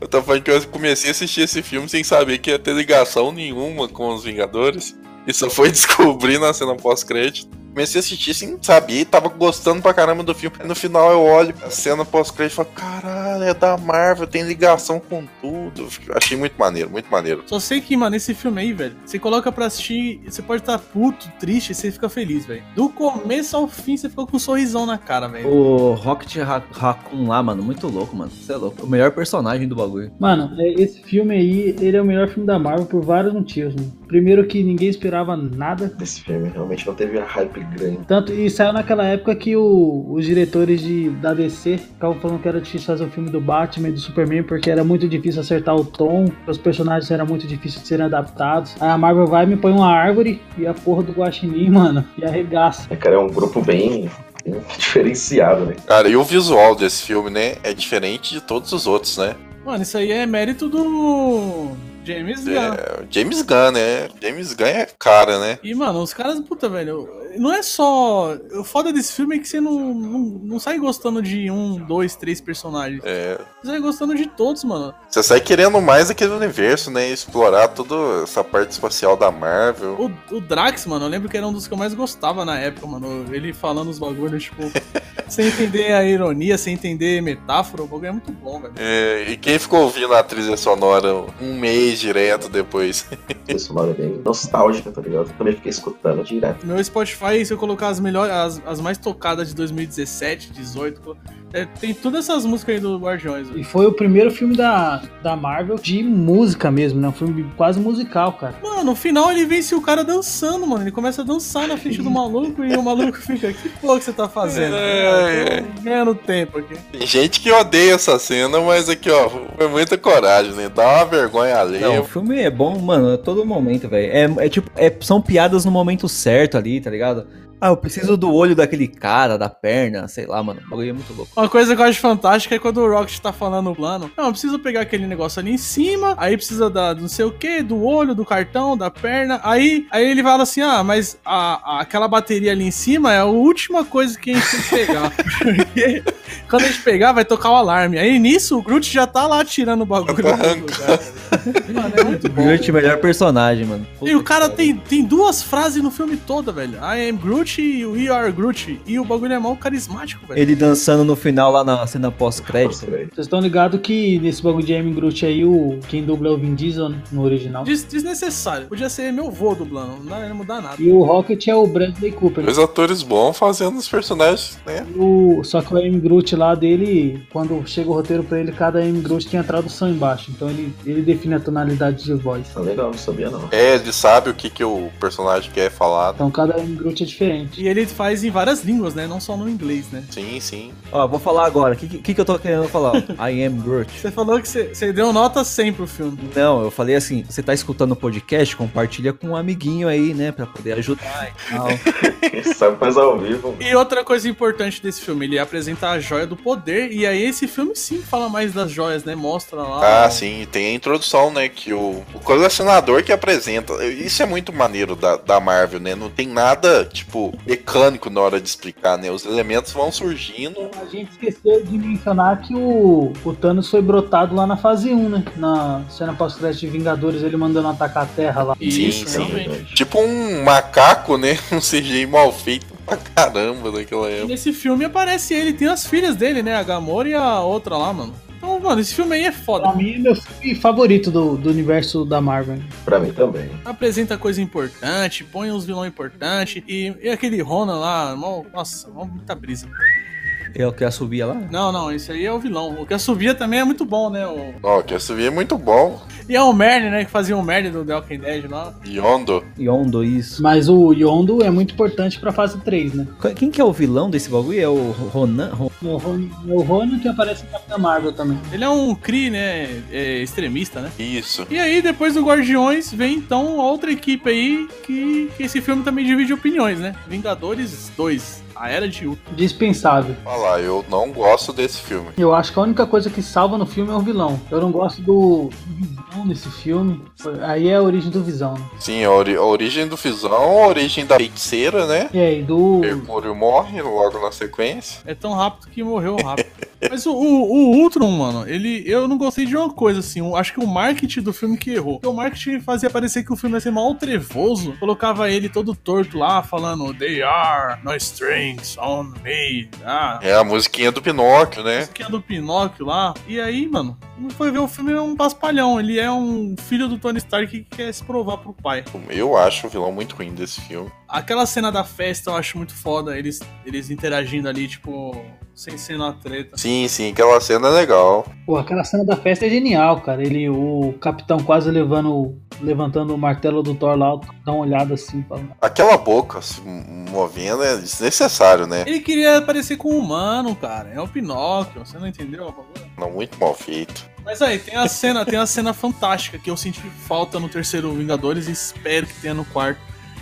[SPEAKER 4] eu tô falando que eu comecei a assistir esse filme sem saber que ia ter ligação nenhuma com os Vingadores. E só foi descobrir na cena pós-crédito. Comecei a assistir sem saber, tava gostando pra caramba do filme. Aí no final eu olho a cena pós-crédito e falo, caralho, é da Marvel, tem ligação com tudo. Achei muito maneiro, muito maneiro.
[SPEAKER 3] Só sei que, mano, esse filme aí, velho, você coloca pra assistir, você pode estar puto, triste, você fica feliz, velho. Do começo ao fim, você fica com um sorrisão na cara, velho.
[SPEAKER 1] O Rocket Ra- Raccoon lá, mano, muito louco, mano. Você é louco. O melhor personagem do bagulho.
[SPEAKER 2] Mano, é- esse filme aí, ele é o melhor filme da Marvel por vários motivos. Mano. Primeiro que ninguém esperava nada.
[SPEAKER 5] Esse filme realmente não teve a hype grande.
[SPEAKER 2] Tanto, e saiu naquela época que o- os diretores de, da DC ficavam falando que era difícil fazer o filme do Batman e do Superman, porque era muito difícil acertar o tom, os personagens eram muito difíceis de serem adaptados. Aí a Marvel vai e me põe uma árvore e a porra do Guaxinim, mano, e arregaça.
[SPEAKER 5] É, cara, é um grupo bem, bem diferenciado, né?
[SPEAKER 4] Cara, e o visual desse filme, né? É diferente de todos os outros, né?
[SPEAKER 3] Mano, isso aí é mérito do. James Gunn.
[SPEAKER 4] É, James Gunn, né? James Gunn é cara, né?
[SPEAKER 3] E, mano, os caras, puta, velho, não é só. O foda desse filme é que você não, não, não sai gostando de um, dois, três personagens.
[SPEAKER 4] É,
[SPEAKER 3] Você sai gostando de todos, mano.
[SPEAKER 4] você sai querendo mais daquele universo, né? Explorar toda essa parte espacial da Marvel.
[SPEAKER 3] O, o Drax, mano, eu lembro que era um dos que eu mais gostava na época, mano. Ele falando os bagulhos, tipo, sem entender a ironia, sem entender metáfora, o bagulho é muito bom, velho.
[SPEAKER 4] É, e quem ficou ouvindo a trilha sonora um mês direto depois?
[SPEAKER 5] Trilha sonora é bem nostálgica, tá ligado? Eu também fiquei escutando direto.
[SPEAKER 3] Meu Spotify, se eu colocar as melhores, as, as mais tocadas de 2017, 18, é, tem todas essas músicas aí do Guardiões, velho.
[SPEAKER 2] E foi o primeiro filme da, da Marvel de música mesmo, né? Um filme quase musical, cara.
[SPEAKER 3] Mano, no final ele vence o cara dançando, mano. Ele começa a dançar na frente do maluco e o maluco fica, que porra que você tá fazendo?
[SPEAKER 4] É,
[SPEAKER 3] Eu tô ganhando tempo aqui.
[SPEAKER 4] Tem gente que odeia essa cena, mas aqui, ó, foi muita coragem, né? Dá uma vergonha
[SPEAKER 1] Não, o
[SPEAKER 4] alheia.
[SPEAKER 1] filme é bom, mano, a todo momento, velho. É, é tipo, é- são piadas no momento certo ali, tá ligado? Ah, eu preciso do olho daquele cara, da perna, sei lá, mano. O bagulho é muito louco.
[SPEAKER 3] Uma coisa que eu acho fantástica é quando o Rocket tá falando o plano. Não, precisa pegar aquele negócio ali em cima, aí precisa da não sei o que, do olho, do cartão, da perna. Aí, aí ele fala assim: ah, mas a, a- aquela bateria ali em cima é a última coisa que a gente tem que pegar. Porque quando a gente pegar, vai tocar o alarme. Aí nisso, o Groot já tá lá tirando o bagulho. do lugar. Mano, é muito
[SPEAKER 1] O
[SPEAKER 3] bom.
[SPEAKER 1] Groot, melhor personagem, mano.
[SPEAKER 3] E o cara tem, tem duas frases no filme toda, velho. I am Groot e We are Groot. E o bagulho é mal carismático, velho.
[SPEAKER 1] Ele dançando no final lá na cena pós-crédito.
[SPEAKER 5] Nossa, velho.
[SPEAKER 2] Vocês estão ligados que nesse bagulho de Amy Groot aí, o quem dubla é o Vin Diesel no original.
[SPEAKER 3] Des- desnecessário. Podia ser meu vô dublando, não ia mudar nada.
[SPEAKER 2] E o Rocket é o Bradley Cooper.
[SPEAKER 4] Dois atores bons fazendo os personagens, né?
[SPEAKER 2] O, só que o M. Groot lá dele, quando chega o roteiro pra ele, cada M. Groot tem a tradução embaixo. Então ele, ele define a tonalidade de voz.
[SPEAKER 5] Tá legal, não sabia não.
[SPEAKER 4] É, ele sabe o que, que o personagem quer falar.
[SPEAKER 2] Então cada M. Groot é diferente.
[SPEAKER 3] E ele faz em várias línguas, né? Não só no inglês, né?
[SPEAKER 4] Sim, sim.
[SPEAKER 1] Ó, vou falar agora. O que, que, que eu tô querendo falar? I am Groot.
[SPEAKER 3] Você falou que você você deu nota 100 pro filme.
[SPEAKER 1] Não, eu falei assim, você tá escutando o podcast, compartilha com um amiguinho aí, né, pra poder ajudar e tal.
[SPEAKER 5] Quem sabe faz ao vivo.
[SPEAKER 3] E outra coisa importante desse filme, ele apresenta a joia do poder, e aí esse filme sim fala mais das joias, né? Mostra lá.
[SPEAKER 4] Ah, sim, tem a introdução, né? Que o, o colecionador que apresenta. Isso é muito maneiro da, da Marvel, né? Não tem nada, tipo, mecânico na hora de explicar, né? Os elementos vão surgindo.
[SPEAKER 2] A gente esqueceu de mencionar que o, o Thanos foi brotado lá na fase 1, né? Na cena pós-crédito de Vingadores, ele mandando atacar a Terra lá.
[SPEAKER 3] Isso,
[SPEAKER 4] Sim, sim.
[SPEAKER 3] realmente.
[SPEAKER 4] Tipo um macaco, né? Um CGI mal feito pra caramba naquela
[SPEAKER 3] E
[SPEAKER 4] época.
[SPEAKER 3] nesse filme aparece ele, tem as filhas dele, né? A Gamora e a outra lá, mano. Então, mano, esse filme aí é
[SPEAKER 2] Pra
[SPEAKER 3] foda.
[SPEAKER 2] mim é meu filme favorito do, do universo da Marvel. né?
[SPEAKER 5] Pra mim também.
[SPEAKER 3] Apresenta coisa importante, põe uns vilões importantes. E, e aquele Ronan lá, mó, nossa, mó muita brisa.
[SPEAKER 1] É o que assovia lá?
[SPEAKER 3] Não, não, esse aí é o vilão. O que assovia também é muito bom, né? O...
[SPEAKER 4] Ó, que essa é muito bom.
[SPEAKER 3] E é o Merlin, né? Que fazia o Merlin do The Walking Dead lá.
[SPEAKER 4] Yondo.
[SPEAKER 1] Yondo, isso.
[SPEAKER 2] Mas o Yondo é muito importante pra fase 3, né?
[SPEAKER 1] Qu- Quem que é o vilão desse bagulho? É o Ronan? Ron-
[SPEAKER 2] O Ron- o Ronan que aparece na Capitã Marvel também.
[SPEAKER 3] Ele é um Cree, né? é, extremista, né?
[SPEAKER 4] Isso.
[SPEAKER 3] E aí, depois do Guardiões, vem então outra equipe aí que, que esse filme também divide opiniões, né? Vingadores 2, a Era de Ultron.
[SPEAKER 2] Dispensável.
[SPEAKER 4] Falar, eu não gosto desse filme.
[SPEAKER 2] Eu acho que a única coisa que salva no filme é o vilão. Eu não gosto do do Visão nesse filme. Foi- Aí é a origem do Visão. Né?
[SPEAKER 4] Sim, a, ori- a origem do Fisão, a origem da feiticeira, né?
[SPEAKER 2] E aí, do.
[SPEAKER 4] Mercúrio morre logo na sequência.
[SPEAKER 3] É tão rápido que morreu rápido. Mas o, o- o Ultron, mano, ele. Eu não gostei de uma coisa, assim. eu acho que o marketing do filme que errou. O marketing fazia parecer que o filme ia ser mal trevoso. Colocava ele todo torto lá, falando: They are no strings on me. Ah.
[SPEAKER 4] É a musiquinha do Pinóquio, né?
[SPEAKER 3] Isso que é do Pinóquio lá. E aí, mano, não foi ver o filme é um paspalhão. Ele é um filho do Tony Stark que quer se provar pro pai.
[SPEAKER 4] Eu acho o vilão muito ruim desse filme.
[SPEAKER 3] Aquela cena da festa eu acho muito foda. Eles, eles interagindo ali, tipo, sem ser na treta.
[SPEAKER 4] Sim, sim, aquela cena é legal.
[SPEAKER 2] Pô, aquela cena da festa é genial, cara. Ele, o capitão quase levando. Levantando o martelo do Thor lá, dá uma olhada assim. Fala,
[SPEAKER 4] Aquela boca se movendo é desnecessário, né?
[SPEAKER 3] Ele queria parecer com um humano, cara. É o Pinóquio, você não entendeu? o bagulho?
[SPEAKER 4] Não, muito mal feito.
[SPEAKER 3] Mas aí, tem a cena, tem a cena fantástica que eu senti falta no terceiro Vingadores e espero que tenha no quarto.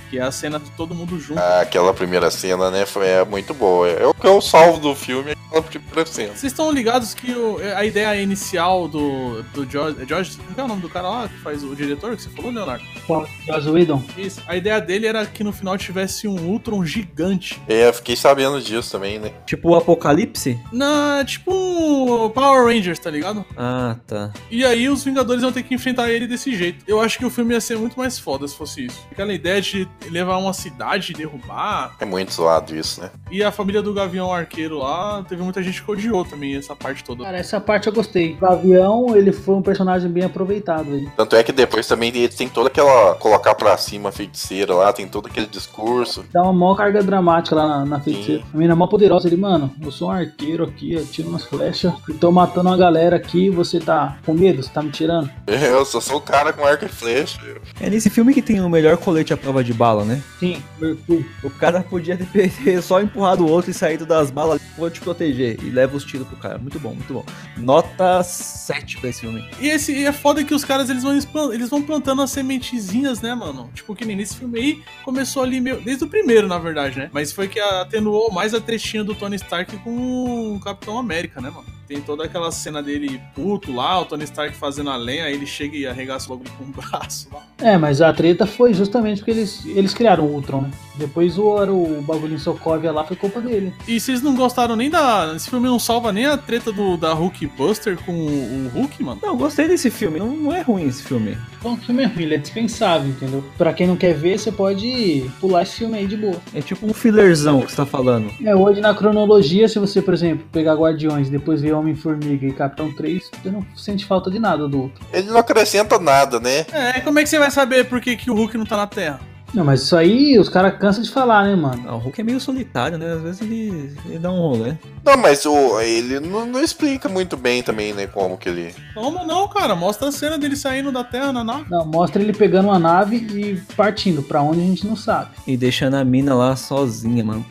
[SPEAKER 3] Que é a cena de todo mundo junto.
[SPEAKER 4] Ah, aquela primeira cena, né? Foi é muito boa. É o que eu salvo do filme. fala primeiro cena.
[SPEAKER 3] Vocês estão ligados que o- é, a ideia inicial do, do George, George. Como que é o nome do cara lá que faz o diretor que você falou, Leonardo?
[SPEAKER 2] Qual? Joss Whedon?
[SPEAKER 3] Isso. A ideia dele era que no final tivesse um Ultron gigante.
[SPEAKER 4] É, eu fiquei sabendo disso também, né?
[SPEAKER 1] Tipo o Apocalipse?
[SPEAKER 3] Na, tipo um Power Rangers, tá ligado?
[SPEAKER 1] Ah, tá.
[SPEAKER 3] E aí os Vingadores iam ter que enfrentar ele desse jeito. Eu acho que o filme ia ser muito mais foda se fosse isso. Aquela ideia de levar uma cidade, derrubar.
[SPEAKER 4] É muito zoado isso, né?
[SPEAKER 3] E a família do Gavião Arqueiro lá, teve muita gente que odiou também essa parte toda.
[SPEAKER 2] Cara, essa parte eu gostei. O Gavião, ele foi um personagem bem aproveitado. Ele.
[SPEAKER 4] Tanto é que depois também ele tem toda aquela. colocar pra cima a feiticeira lá, tem todo aquele discurso.
[SPEAKER 2] Dá uma maior carga dramática lá na, na feiticeira. A menina é mó poderosa. Ele, mano, eu sou um arqueiro aqui, eu tiro umas flechas. Eu tô matando uma galera aqui, você tá com medo? Você tá me tirando?
[SPEAKER 4] Eu só sou o cara com arco e flecha.
[SPEAKER 1] É nesse filme que tem o melhor colete à prova de bala, né?
[SPEAKER 2] Sim, Mercúrio.
[SPEAKER 1] O cara podia ter ter só empurrado o outro e saído das balas. Vou te proteger. E leva os tiros pro cara. Muito bom, muito bom. Nota 7 pra esse filme.
[SPEAKER 3] E, esse, e é foda que os caras eles vão, expan- eles vão plantando as sementezinhas, né, mano? Tipo, que nem nesse filme aí começou ali meio. Desde o primeiro, na verdade, né? Mas foi que atenuou mais a trechinha do Tony Stark com o Capitão América, né, mano? Tem toda aquela cena dele puto lá, o Tony Stark fazendo a lenha, aí ele chega e arregaça logo com o braço lá.
[SPEAKER 2] É, mas a treta foi justamente porque eles, eles criaram o Ultron, né? Depois o, era o bagulho em Sokovia lá foi culpa dele.
[SPEAKER 3] E vocês não gostaram nem da. Esse filme não salva nem a treta do, da Hulk Buster com o o Hulk, mano?
[SPEAKER 1] Não, gostei desse filme. Não, não é ruim esse filme.
[SPEAKER 2] Bom, o filme é ruim, ele é dispensável, entendeu? Pra quem não quer ver, você pode pular esse filme aí de boa.
[SPEAKER 1] É tipo um fillerzão que você tá falando.
[SPEAKER 2] É, hoje na cronologia, se você, por exemplo, pegar Guardiões, depois ver Homem-Formiga e Capitão 3, você não sente falta de nada do outro.
[SPEAKER 4] Ele não acrescenta nada, né?
[SPEAKER 3] É, como é que você vai saber por que, que o Hulk não tá na Terra?
[SPEAKER 2] Não, mas isso aí os caras cansam de falar, né, mano?
[SPEAKER 1] Ah, o Hulk é meio solitário, né? Às vezes ele, ele dá um rolê.
[SPEAKER 4] Não, mas o, ele não, não explica muito bem também, né? Como que ele.
[SPEAKER 3] Como não, cara? Mostra a cena dele saindo da Terra na nave.
[SPEAKER 2] Não, mostra ele pegando uma nave e partindo, pra onde a gente não sabe.
[SPEAKER 1] E deixando a mina lá sozinha, mano.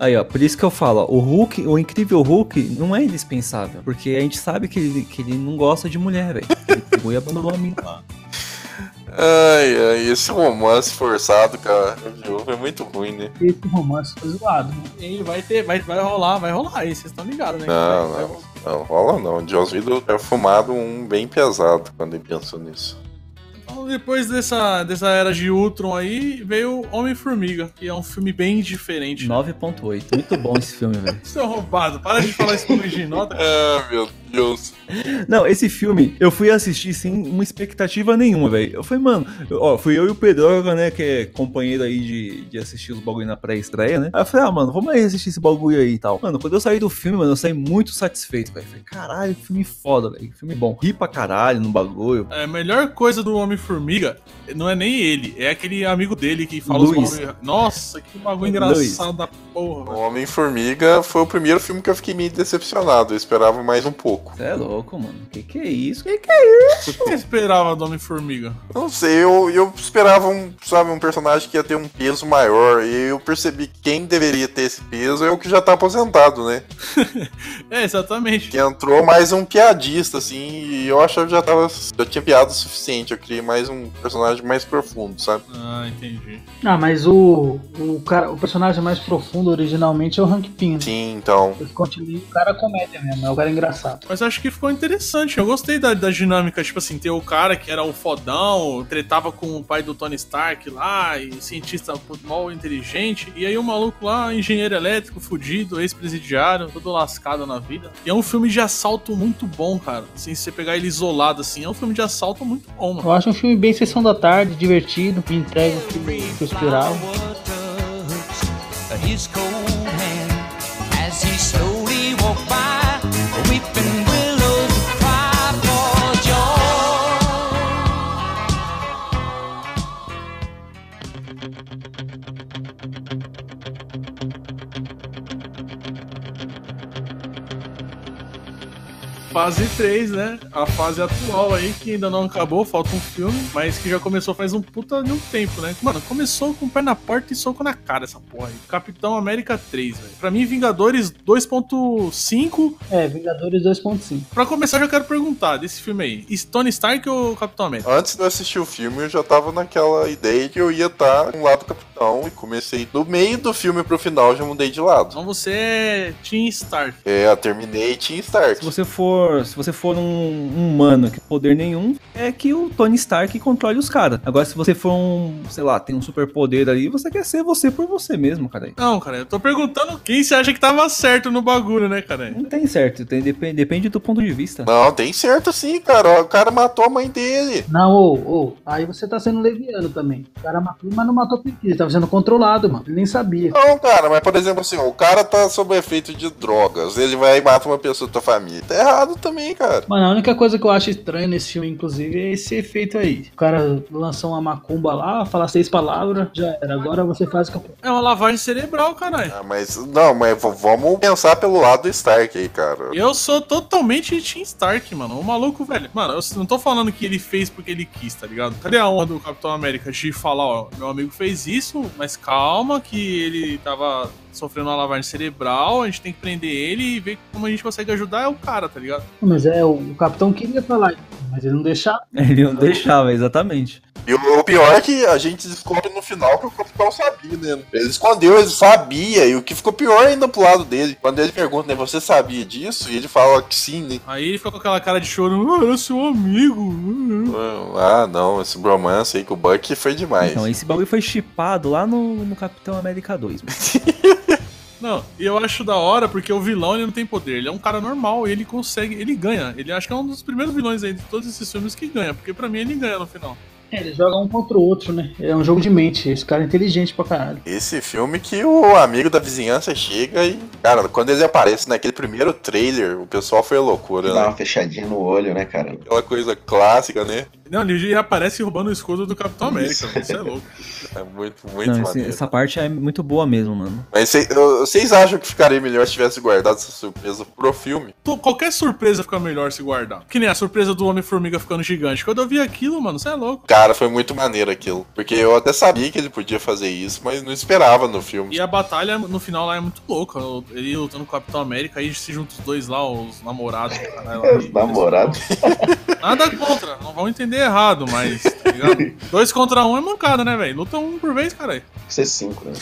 [SPEAKER 1] Aí, ó, por isso que eu falo, ó, o Hulk, o incrível Hulk, não é indispensável. Porque a gente sabe que ele, que ele não gosta de mulher, velho. Ele pegou e abandonou a mina lá.
[SPEAKER 4] Ai, ai, esse é um romance forçado, cara. Foi muito ruim, né?
[SPEAKER 2] Esse romance foi zoado. né?
[SPEAKER 3] E vai ter, vai, vai rolar, vai rolar aí, vocês estão ligados, né?
[SPEAKER 4] Não,
[SPEAKER 3] Vai- vai-
[SPEAKER 4] não. Não, rola não. Joss Whedon é fumado um bem pesado quando ele pensou nisso.
[SPEAKER 3] Então, depois dessa, dessa era de Ultron aí, veio Homem-Formiga, que é um filme bem diferente.
[SPEAKER 1] 9.8. Muito bom esse filme, velho.
[SPEAKER 3] Isso é roubado, para de falar isso com de nota.
[SPEAKER 4] Ah, meu Deus.
[SPEAKER 1] Não, esse filme, eu fui assistir sem uma expectativa nenhuma, velho. Eu falei, mano, eu- ó, fui eu e o Pedroga, né, que é companheiro aí de, de assistir os bagulho na pré-estreia, né? Aí eu falei, ah, mano, vamos aí assistir esse bagulho aí e tal. Mano, quando eu saí do filme, mano, eu saí muito satisfeito, velho. Falei, caralho, que filme foda, velho. que Filme bom. Ri pra caralho no bagulho.
[SPEAKER 3] É, A melhor coisa do Homem-Formiga não é nem ele, é aquele amigo dele que fala
[SPEAKER 1] Luiz.
[SPEAKER 3] os bagulho. Nossa, que bagulho
[SPEAKER 1] Luiz.
[SPEAKER 3] engraçado da porra,
[SPEAKER 4] O
[SPEAKER 3] velho.
[SPEAKER 4] Homem-Formiga foi o primeiro filme que eu fiquei meio decepcionado. Eu esperava mais um pouco.
[SPEAKER 1] Você é louco, mano. Que que é isso? Que que é isso?
[SPEAKER 3] O que você esperava do Homem-Formiga?
[SPEAKER 4] Eu Não sei, eu, eu esperava um, sabe, um personagem que ia ter um peso maior. E eu percebi que quem deveria ter esse peso é o que já tá aposentado, né?
[SPEAKER 3] É, exatamente.
[SPEAKER 4] Que entrou mais um piadista, assim, e eu achava que já tava. Já tinha piada o suficiente. Eu queria mais um personagem mais profundo, sabe?
[SPEAKER 3] Ah, entendi.
[SPEAKER 2] Ah, mas o, o, cara, o personagem mais profundo originalmente é o Hank Pym. né?
[SPEAKER 4] Sim, então.
[SPEAKER 2] Esse continue, o cara é comédia mesmo, é o cara engraçado.
[SPEAKER 3] Mas acho que ficou interessante. Eu gostei da, da dinâmica, tipo assim, ter o cara que era o fodão, tretava com o pai do Tony Stark lá, e cientista pô, mal inteligente. E aí o maluco lá, engenheiro elétrico, fudido, ex-presidiário, todo lascado na vida. E é um filme de assalto muito bom, cara. Assim, se você pegar ele isolado, assim, é um filme de assalto muito bom, mano.
[SPEAKER 2] Eu acho um filme bem sessão da tarde, divertido, me entrega um o que que eu esperava.
[SPEAKER 7] His cold hand as he slowly walked by, weeping willows cry for joy.
[SPEAKER 3] Fase 3, né? A fase atual aí, que ainda não acabou, falta um filme, mas que já começou faz um puta de um tempo, né? Mano, começou com o pé na porta e soco na cara essa porra aí. Capitão América 3, velho. Pra mim, Vingadores 2.5.
[SPEAKER 2] É, Vingadores 2.5.
[SPEAKER 3] Pra começar, já quero perguntar desse filme aí. Tony Stark ou Capitão América?
[SPEAKER 4] Antes de eu assistir o filme, eu já tava naquela ideia que eu ia estar tá um lado do Capitão então e comecei do meio do filme pro final, já mudei de lado.
[SPEAKER 3] Então você é Team Stark.
[SPEAKER 4] É, eu terminei Team Stark.
[SPEAKER 1] Se você for, se você for um um humano que tem poder nenhum, é que o Tony Stark controle os caras. Agora, se você for um, sei lá, tem um superpoder ali, você quer ser você por você mesmo, cara.
[SPEAKER 3] Não, cara, eu tô perguntando quem você acha que tava certo no bagulho, né, cara?
[SPEAKER 1] Não tem certo, tem, depende, depende do ponto de vista.
[SPEAKER 4] Não, tem certo sim, cara. ó, O cara matou a mãe dele.
[SPEAKER 2] Não, ô, ô, aí você tá sendo leviano também. O cara matou, mas não matou porque ele tava sendo controlado, mano. Ele nem sabia.
[SPEAKER 4] Não, cara, mas por exemplo assim, ó, o cara tá sob efeito de drogas, ele vai e mata uma pessoa da tua família. Tá errado também, cara.
[SPEAKER 2] Mano, a única coisa que eu acho estranha nesse filme, inclusive, é esse efeito aí. O cara lançou uma macumba lá, fala seis palavras, já era. Agora você faz o que eu-
[SPEAKER 3] É uma lavagem cerebral, caralho.
[SPEAKER 4] Ah, mas não, mas v- vamos pensar pelo lado do Stark aí, cara.
[SPEAKER 3] Eu sou totalmente Team Stark, mano. O maluco, velho. Mano, eu não tô falando que ele fez porque ele quis, tá ligado? Cadê a honra do Capitão América de falar, ó, meu amigo fez isso, mas calma que ele tava sofrendo uma lavagem cerebral, a gente tem que prender ele e ver como a gente consegue ajudar o cara, tá ligado?
[SPEAKER 2] Mas é, o, o capitão queria falar isso, mas ele não deixava.
[SPEAKER 1] Ele não deixava, exatamente.
[SPEAKER 4] E o o pior é que a gente descobre no final que o capitão sabia, né? Ele escondeu, ele sabia. E o que ficou pior ainda pro lado dele. Quando ele pergunta, né, você sabia disso? E ele fala que sim, né?
[SPEAKER 3] Aí ele fica com aquela cara de choro, ah, era seu amigo.
[SPEAKER 4] Ah, não, esse bromance aí com o Buck foi demais.
[SPEAKER 1] Então, esse bagulho foi chipado lá no, no Capitão América 2. mano.
[SPEAKER 3] Não, e eu acho da hora porque o vilão ele não tem poder, ele é um cara normal e ele consegue, ele ganha. Ele acho que é um dos primeiros vilões aí de todos esses filmes que ganha, porque pra mim ele ganha no final.
[SPEAKER 2] É, ele joga um contra o outro, né? É um jogo de mente. Esse cara é inteligente pra caralho.
[SPEAKER 4] Esse filme que o amigo da vizinhança chega e. Cara, quando ele aparece naquele primeiro trailer, o pessoal foi loucura,
[SPEAKER 5] Dá
[SPEAKER 4] né?
[SPEAKER 5] uma fechadinha no olho, né, cara?
[SPEAKER 4] Aquela coisa clássica, né?
[SPEAKER 3] Não, ele já aparece roubando o escudo do Capitão América, mano, isso é louco.
[SPEAKER 4] É muito, muito
[SPEAKER 1] Não, esse-
[SPEAKER 4] maneiro.
[SPEAKER 1] essa parte é muito boa mesmo, mano.
[SPEAKER 4] Mas cê- eu- vocês acham que ficaria melhor se tivesse guardado essa surpresa pro filme?
[SPEAKER 3] Pô, qualquer surpresa fica melhor se guardar. Que nem a surpresa do Homem-Formiga ficando gigante. Quando eu vi aquilo, mano, você é louco.
[SPEAKER 4] Cara, foi muito maneiro aquilo. Porque eu até sabia que ele podia fazer isso, mas não esperava no filme.
[SPEAKER 3] E a batalha no final lá é muito louca. Ele lutando com o Capitão América, aí se juntam os dois lá, os namorados. caralho, lá.
[SPEAKER 5] Os namorados.
[SPEAKER 3] Nada contra, não vão entender errado, mas, tá ligado? Dois contra um é mancada, né, velho? Luta um por vez, caralho.
[SPEAKER 5] Isso é cinco, né?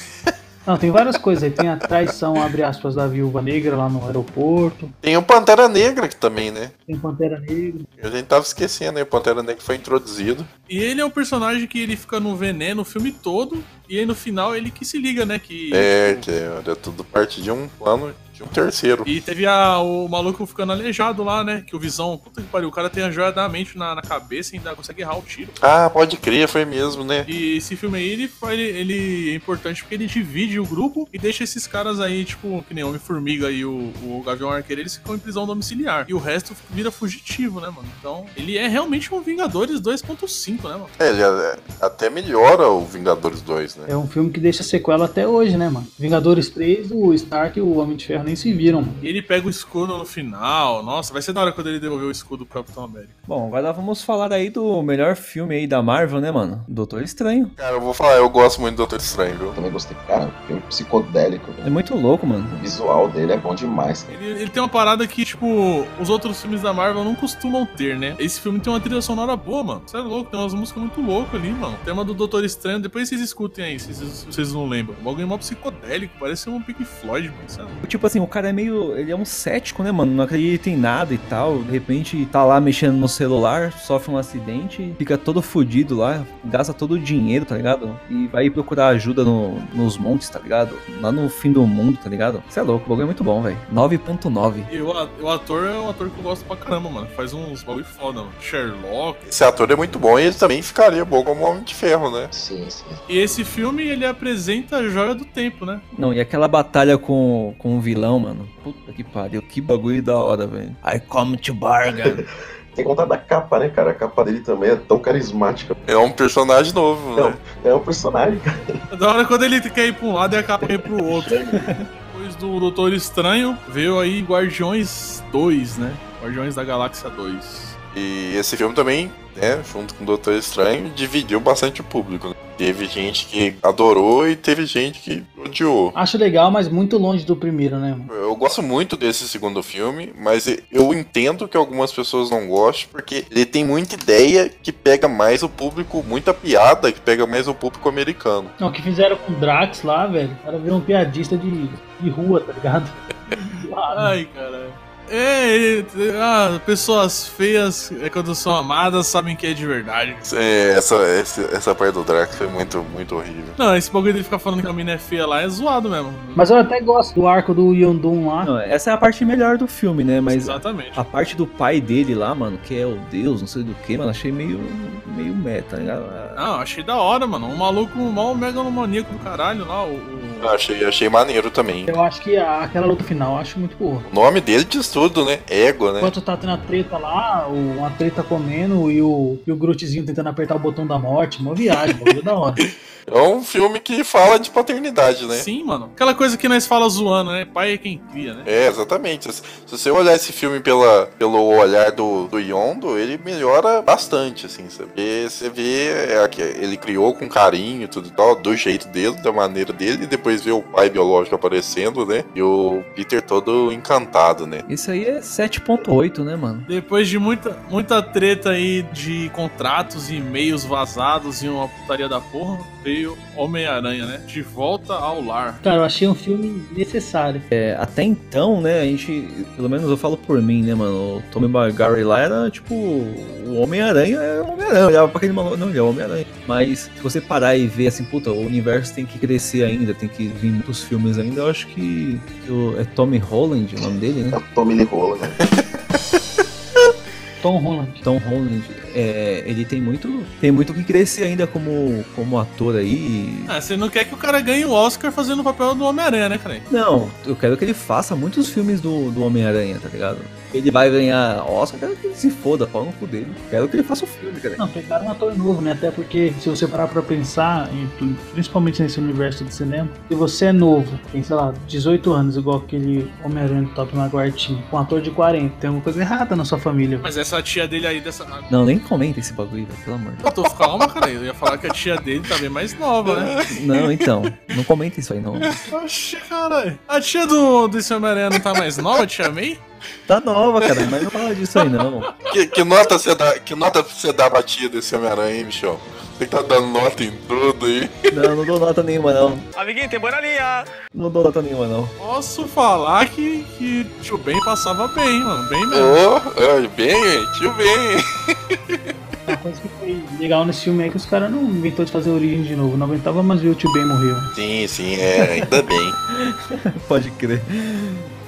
[SPEAKER 2] Não, tem várias coisas aí. Tem a traição, abre aspas, da viúva negra lá no aeroporto.
[SPEAKER 4] Tem o Pantera Negra que também, né?
[SPEAKER 2] Tem Pantera Negra.
[SPEAKER 4] A gente tava esquecendo, né? O Pantera Negra foi introduzido.
[SPEAKER 3] E ele é um personagem que ele fica no veneno o filme todo, e aí no final ele que se liga, né? Que
[SPEAKER 4] É, que era tudo parte de um plano de um terceiro.
[SPEAKER 3] E teve a- o maluco ficando aleijado lá, né? Que o Visão, puta que pariu, o cara tem a joia da mente na, na cabeça e ainda consegue errar o tiro.
[SPEAKER 4] Ah, pode crer, foi mesmo, né?
[SPEAKER 3] E esse filme aí, ele, foi- ele, ele é importante porque ele divide o grupo e deixa esses caras aí, tipo, que nem Homem-Formiga e o, o Gavião Arqueiro, eles ficam em prisão domiciliar. E o resto vira fugitivo, né, mano? Então, ele é realmente um Vingadores 2.5, né, mano?
[SPEAKER 4] É, ele a- até melhora o Vingadores 2, né?
[SPEAKER 2] É um filme que deixa sequela até hoje, né, mano? Vingadores 3, o Stark e o Homem de Ferro nem se viram, mano.
[SPEAKER 3] E ele pega o escudo no final. Nossa, vai ser da hora quando ele devolver o escudo pro Capitão América.
[SPEAKER 1] Bom, agora vamos falar aí do melhor filme aí da Marvel, né, mano? Doutor Estranho.
[SPEAKER 4] Cara, eu vou falar, eu gosto muito do Doutor Estranho, viu?
[SPEAKER 5] Eu também gostei. Cara, filme psicodélico,
[SPEAKER 1] É
[SPEAKER 5] velho.
[SPEAKER 1] muito louco, mano.
[SPEAKER 5] O visual dele é bom demais, cara.
[SPEAKER 3] Ele, ele tem uma parada que, tipo, os outros filmes da Marvel não costumam ter, né? Esse filme tem uma trilha sonora boa, mano. Você é louco, tem umas músicas muito loucas ali, mano. O tema do Doutor Estranho, depois vocês escutem aí, se vocês, se vocês não lembram. O bagulho é mó psicodélico, parece um Pink Floyd, mano. Você é louco.
[SPEAKER 1] Tipo assim, o cara é meio. Ele é um cético, né, mano? Não acredita em nada e tal. De repente tá lá mexendo no celular, sofre um acidente, fica todo fudido lá, gasta todo o dinheiro, tá ligado? E vai procurar ajuda no- nos montes, tá ligado? Lá no fim do mundo, tá ligado? Você é louco, o bagulho é muito bom, velho. 9.9.
[SPEAKER 3] E o, a- o ator é um ator que eu gosto pra caramba, mano. Faz uns bagulho foda, mano. Sherlock.
[SPEAKER 4] Esse ator é muito bom e ele também ficaria bom como Homem de Ferro, né?
[SPEAKER 5] Sim, sim.
[SPEAKER 3] E esse filme, ele apresenta a joia do tempo, né?
[SPEAKER 1] Não, e aquela batalha com, com o vilão, mano. Puta que pariu, que bagulho da hora, velho. I come to bargain.
[SPEAKER 5] Tem que contar da capa, né, cara? A capa dele também é tão carismática.
[SPEAKER 4] É um personagem novo, né?
[SPEAKER 5] É um personagem, cara.
[SPEAKER 3] Da hora quando ele quer ir pra um lado e acaba indo pro outro. Depois do Doutor Estranho, veio aí Guardiões 2, né? Guardiões da Galáxia 2.
[SPEAKER 4] E esse filme também, né, junto com o Doutor Estranho, dividiu bastante o público. né? Teve gente que adorou e teve gente que odiou.
[SPEAKER 2] Acho legal, mas muito longe do primeiro, né, mano?
[SPEAKER 4] Eu gosto muito desse segundo filme, mas eu entendo que algumas pessoas não gostem, porque ele tem muita ideia que pega mais o público, muita piada que pega mais o público americano.
[SPEAKER 2] Não, o que fizeram com o Drax lá, velho, o cara virou um piadista de, de rua, tá ligado? Ah,
[SPEAKER 3] Ai, caralho. É, é, ah, pessoas feias, é, quando são amadas, sabem que é de verdade.
[SPEAKER 4] É, essa, essa, essa parte do Drax foi muito, muito horrível.
[SPEAKER 3] Não, esse bagulho dele ficar falando que a mina é feia lá é zoado mesmo.
[SPEAKER 2] Mas eu até gosto do arco do Yondun lá.
[SPEAKER 1] Não, essa é a parte melhor do filme, né? Mas
[SPEAKER 3] Exatamente.
[SPEAKER 1] a parte do pai dele lá, mano, que é o Deus, não sei do que, mano, achei meio, meio meta, tá ligado?
[SPEAKER 3] Não, achei da hora, mano. Um maluco, um mal megalomaníaco do caralho lá, o. o-
[SPEAKER 4] Eu achei, achei maneiro também.
[SPEAKER 2] Eu acho que a- aquela luta final, eu acho muito boa.
[SPEAKER 4] O nome dele diz tudo, né? Ego, né?
[SPEAKER 2] Enquanto tá tendo a treta lá, o- uma treta comendo e o, e o Grootzinho tentando apertar o botão da morte, uma viagem, bagulho da hora.
[SPEAKER 4] É um filme que fala de paternidade, né?
[SPEAKER 3] Sim, mano. Aquela coisa que nós fala zoando, né? Pai é quem cria, né?
[SPEAKER 4] É, exatamente. Se, se você olhar esse filme pela, pelo olhar do, do Yondo, ele melhora bastante, assim, sabe? E você vê é, que ele criou com carinho e tudo e tal, do jeito dele, da maneira dele, e depois vê o pai biológico aparecendo, né? E o Peter todo encantado, né?
[SPEAKER 1] Isso aí é 7.8, né, mano?
[SPEAKER 3] Depois de muita, muita treta aí de contratos e e-mails vazados e uma putaria da porra, veio Homem-Aranha, né? De volta ao lar.
[SPEAKER 2] Cara, eu achei um filme necessário. É,
[SPEAKER 1] até então, né, a gente, pelo menos eu falo por mim, né, mano, o Tommy Maguire lá era, tipo, o Homem-Aranha é o Homem-Aranha, eu olhava pra aquele maluco, não, ele é o Homem-Aranha, mas se você parar e ver, assim, puta, o universo tem que crescer ainda, tem que vir muitos filmes ainda, eu acho que, que o- é Tommy Holland o nome dele, né,
[SPEAKER 5] A Tommy Lee Rola, né?
[SPEAKER 2] Tom Holland.
[SPEAKER 1] Tom Holland, é, ele tem muito, tem muito que crescer ainda como, como ator aí,
[SPEAKER 3] Ah, você não quer que o cara ganhe o Oscar fazendo o papel do Homem-Aranha, né, cara?
[SPEAKER 1] Não, eu quero que ele faça muitos filmes do, do Homem-Aranha, tá ligado? Ele vai ganhar Oscar, eu quero que ele se foda, pau no cu dele. Quero que ele faça o filme, cara.
[SPEAKER 2] Não, pegaram um ator novo, né? Até porque se você parar pra pensar, e tu- principalmente nesse universo de cinema, se você é novo, tem, sei lá, 18 anos, igual aquele Homem-Aranha do Top Maguire tinha, com um ator de 40, tem alguma coisa errada na sua família.
[SPEAKER 3] Mas essa tia dele aí dessa. Ah,
[SPEAKER 1] Não, nem comenta esse bagulho, velho, pelo amor. de
[SPEAKER 3] Eu tô calma, cara. Eu ia falar que a tia dele tá bem mais nova, né?
[SPEAKER 1] Deus. Não, então, não comenta isso aí, não.
[SPEAKER 3] Oxi, caralho. A tia do, desse Homem-Aranha não tá mais nova, a tia May?
[SPEAKER 1] Tá nova, cara, mas não fala disso aí, não.
[SPEAKER 4] Que, que nota você dá, que nota você dá batida esse Homem-Aranha, hein, Michel? Você que tá dando nota em tudo aí.
[SPEAKER 1] Não, não dou nota nenhuma, não.
[SPEAKER 7] Amiguinho, tem boa linha.
[SPEAKER 1] Não dou nota nenhuma, não.
[SPEAKER 3] Posso falar que, que tio Ben passava bem, mano. Bem mesmo.
[SPEAKER 4] Ô, olha, bem, tio bem.
[SPEAKER 2] Uma coisa que foi legal nesse filme é que os caras não inventou de fazer origem de novo, não aguentava mais ver o Tio Ben morrer.
[SPEAKER 4] Sim, sim, é, ainda bem.
[SPEAKER 1] Pode crer.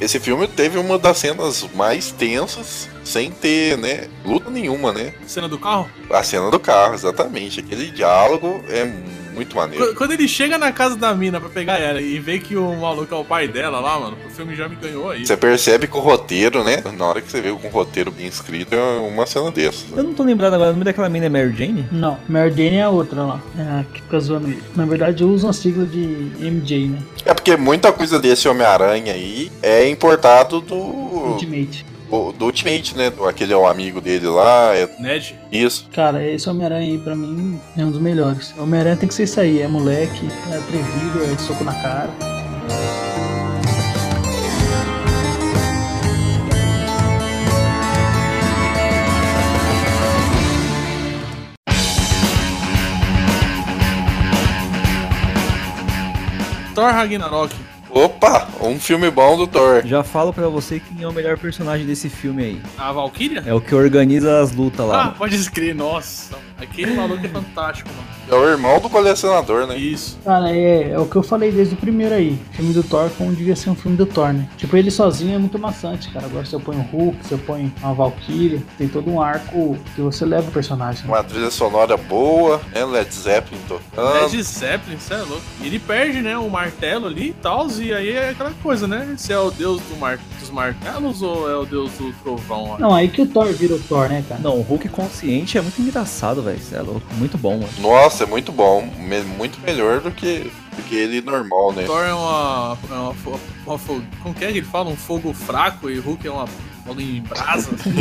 [SPEAKER 4] Esse filme teve uma das cenas mais tensas, sem ter, né, luta nenhuma, né?
[SPEAKER 3] Cena do carro.
[SPEAKER 4] A cena do carro, exatamente. Aquele diálogo é muito maneiro.
[SPEAKER 3] Qu- Quando ele chega na casa da mina pra pegar ela e vê que o maluco é o pai dela lá, mano, o filme já me ganhou aí.
[SPEAKER 4] Você percebe que o roteiro, né? Na hora que você vê com o roteiro bem escrito, é uma cena dessas. né?
[SPEAKER 1] Eu não tô lembrado agora, o nome daquela mina é Mary Jane?
[SPEAKER 2] Não, Mary Jane é a outra lá, é, a que fica zoando ele. Na verdade, usam a sigla de MJ, né?
[SPEAKER 4] É porque muita coisa desse Homem-Aranha aí é importado do,
[SPEAKER 2] Ultimate.
[SPEAKER 4] do, do Ultimate, né? Do- Aquele é o amigo dele lá, é
[SPEAKER 3] Ned,
[SPEAKER 4] isso.
[SPEAKER 2] Cara, esse Homem-Aranha aí pra mim é um dos melhores. Homem-Aranha tem que ser isso aí, é moleque, é atrevido, é soco na cara.
[SPEAKER 3] Thor Ragnarok.
[SPEAKER 4] Opa, um filme bom do Thor.
[SPEAKER 1] Já falo pra você quem é o melhor personagem desse filme aí.
[SPEAKER 3] A Valkyria?
[SPEAKER 1] É o que organiza as lutas lá.
[SPEAKER 3] Ah,
[SPEAKER 1] mano.
[SPEAKER 3] pode escrever, nossa. Aquele maluco é fantástico, mano.
[SPEAKER 4] É o irmão do colecionador, né?
[SPEAKER 3] Isso.
[SPEAKER 2] Cara, é, é o que eu falei desde o primeiro aí. Filme do Thor como devia ser um filme do Thor, né? Tipo, ele sozinho é muito maçante, cara. Agora você põe um Hulk, você põe uma Valkyrie, tem todo um arco que você leva o personagem. né?
[SPEAKER 4] Uma trilha sonora boa, né? Led Zeppelin tocando.
[SPEAKER 3] Led Zeppelin, cê é louco. E ele perde, né, o martelo ali e tal, e aí é aquela coisa, né? Se é o deus do mar- dos martelos ou é o deus do trovão, ó.
[SPEAKER 2] Não, aí que o Thor vira o Thor, né, cara?
[SPEAKER 1] Não, o Hulk consciente é muito engraçado, velho. Cê É louco, muito bom, mano.
[SPEAKER 4] Nossa, é muito bom. me- Muito melhor do que, do que ele normal, né?
[SPEAKER 3] Thor é uma, é uma, fo- uma fo- Como que é que ele fala? Um fogo fraco e Hulk é uma logo em brasa. assim,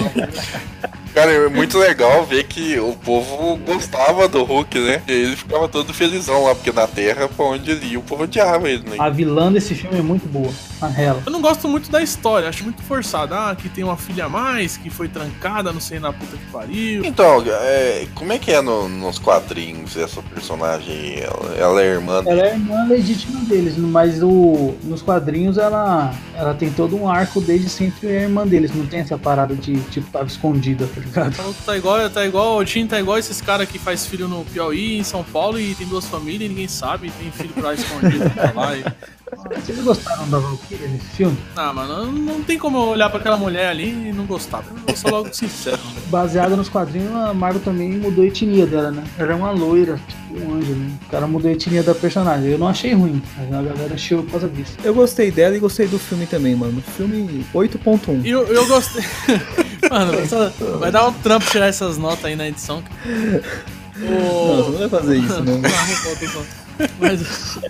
[SPEAKER 4] Cara, é muito legal ver que o povo gostava do Hulk, né? E ele ficava todo felizão lá, porque na Terra, pra onde ele ia, o povo odiava ele, né?
[SPEAKER 2] A vilã desse filme é muito boa, a Hela.
[SPEAKER 3] Eu não gosto muito da história, acho muito forçada. Ah, que tem uma filha a mais, que foi trancada, não sei na puta que pariu.
[SPEAKER 4] Então, é, como é que é no- nos quadrinhos essa personagem? aí? Ela, ela é irmã.
[SPEAKER 2] Ela é a irmã legítima deles, mas o, nos quadrinhos ela, ela tem todo um arco desde sempre é a irmã deles. Não tem essa parada de, tipo, tava escondida, tá ligado?
[SPEAKER 3] Então, Tá igual, tá igual, o Tim tá igual esses caras que faz filho no Piauí, em São Paulo, e tem duas famílias e ninguém sabe, e tem filho pra lá escondido pra lá. E...
[SPEAKER 2] Vocês gostaram da Valkyria nesse filme?
[SPEAKER 3] Ah, mano, não tem como eu olhar pra aquela mulher ali e não gostar. Eu vou ser logo sincero.
[SPEAKER 2] Baseada nos quadrinhos, a Marvel também mudou a etnia dela, né? Ela é uma loira, tipo um anjo, né? O cara mudou a etnia da personagem. Eu não achei ruim, mas a galera achou por causa disso.
[SPEAKER 1] Eu gostei dela e gostei do filme também, mano. Filme 8.1.
[SPEAKER 3] E eu, eu gostei. Mano, essa- vai dar um trampo tirar essas notas aí na edição. cara.
[SPEAKER 1] Não, você
[SPEAKER 3] O...
[SPEAKER 1] não vai fazer isso, né? não.
[SPEAKER 3] Mas...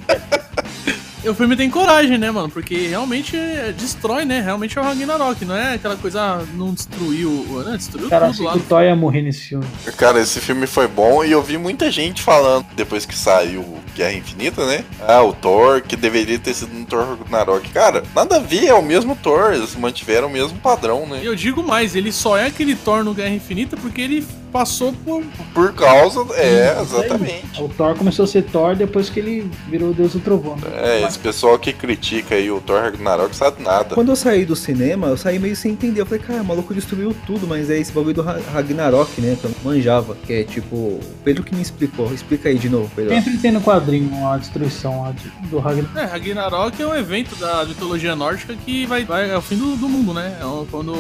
[SPEAKER 3] O filme tem coragem, né, mano? Porque realmente é- destrói, né? Realmente é o Ragnarok, não é aquela coisa, ah, não destruiu. Né? Destruiu
[SPEAKER 2] O cara
[SPEAKER 3] tudo
[SPEAKER 2] achou
[SPEAKER 3] lá.
[SPEAKER 2] que o Thor ia morrer nesse filme.
[SPEAKER 4] Cara, esse filme foi bom e eu vi muita gente falando, depois que saiu Guerra Infinita, né? Ah, o Thor, que deveria ter sido um Thor Ragnarok. Cara, nada a ver, é o mesmo Thor, eles mantiveram o mesmo padrão,
[SPEAKER 3] E
[SPEAKER 4] né?
[SPEAKER 3] eu digo mais, ele só é aquele Thor no Guerra Infinita porque ele passou por.
[SPEAKER 4] Por causa. É, exatamente.
[SPEAKER 2] O Thor começou a ser Thor depois que ele virou o Deus do Trovão.
[SPEAKER 4] É, esse pessoal que critica aí o Thor Ragnarok sabe nada.
[SPEAKER 1] Quando eu saí do cinema, eu saí meio sem entender. Eu falei, cara, o maluco destruiu tudo, mas é esse bagulho do Ra- Ragnarok, né? Que eu não manjava. Que é tipo. o Pedro que me explicou. Explica aí de novo, Pedro.
[SPEAKER 2] Sempre tem no quadrinho a destruição lá de- do Ragnarok.
[SPEAKER 3] É, Ragnarok é um evento da mitologia nórdica que vai, vai- é o fim do, do mundo, né? É o- quando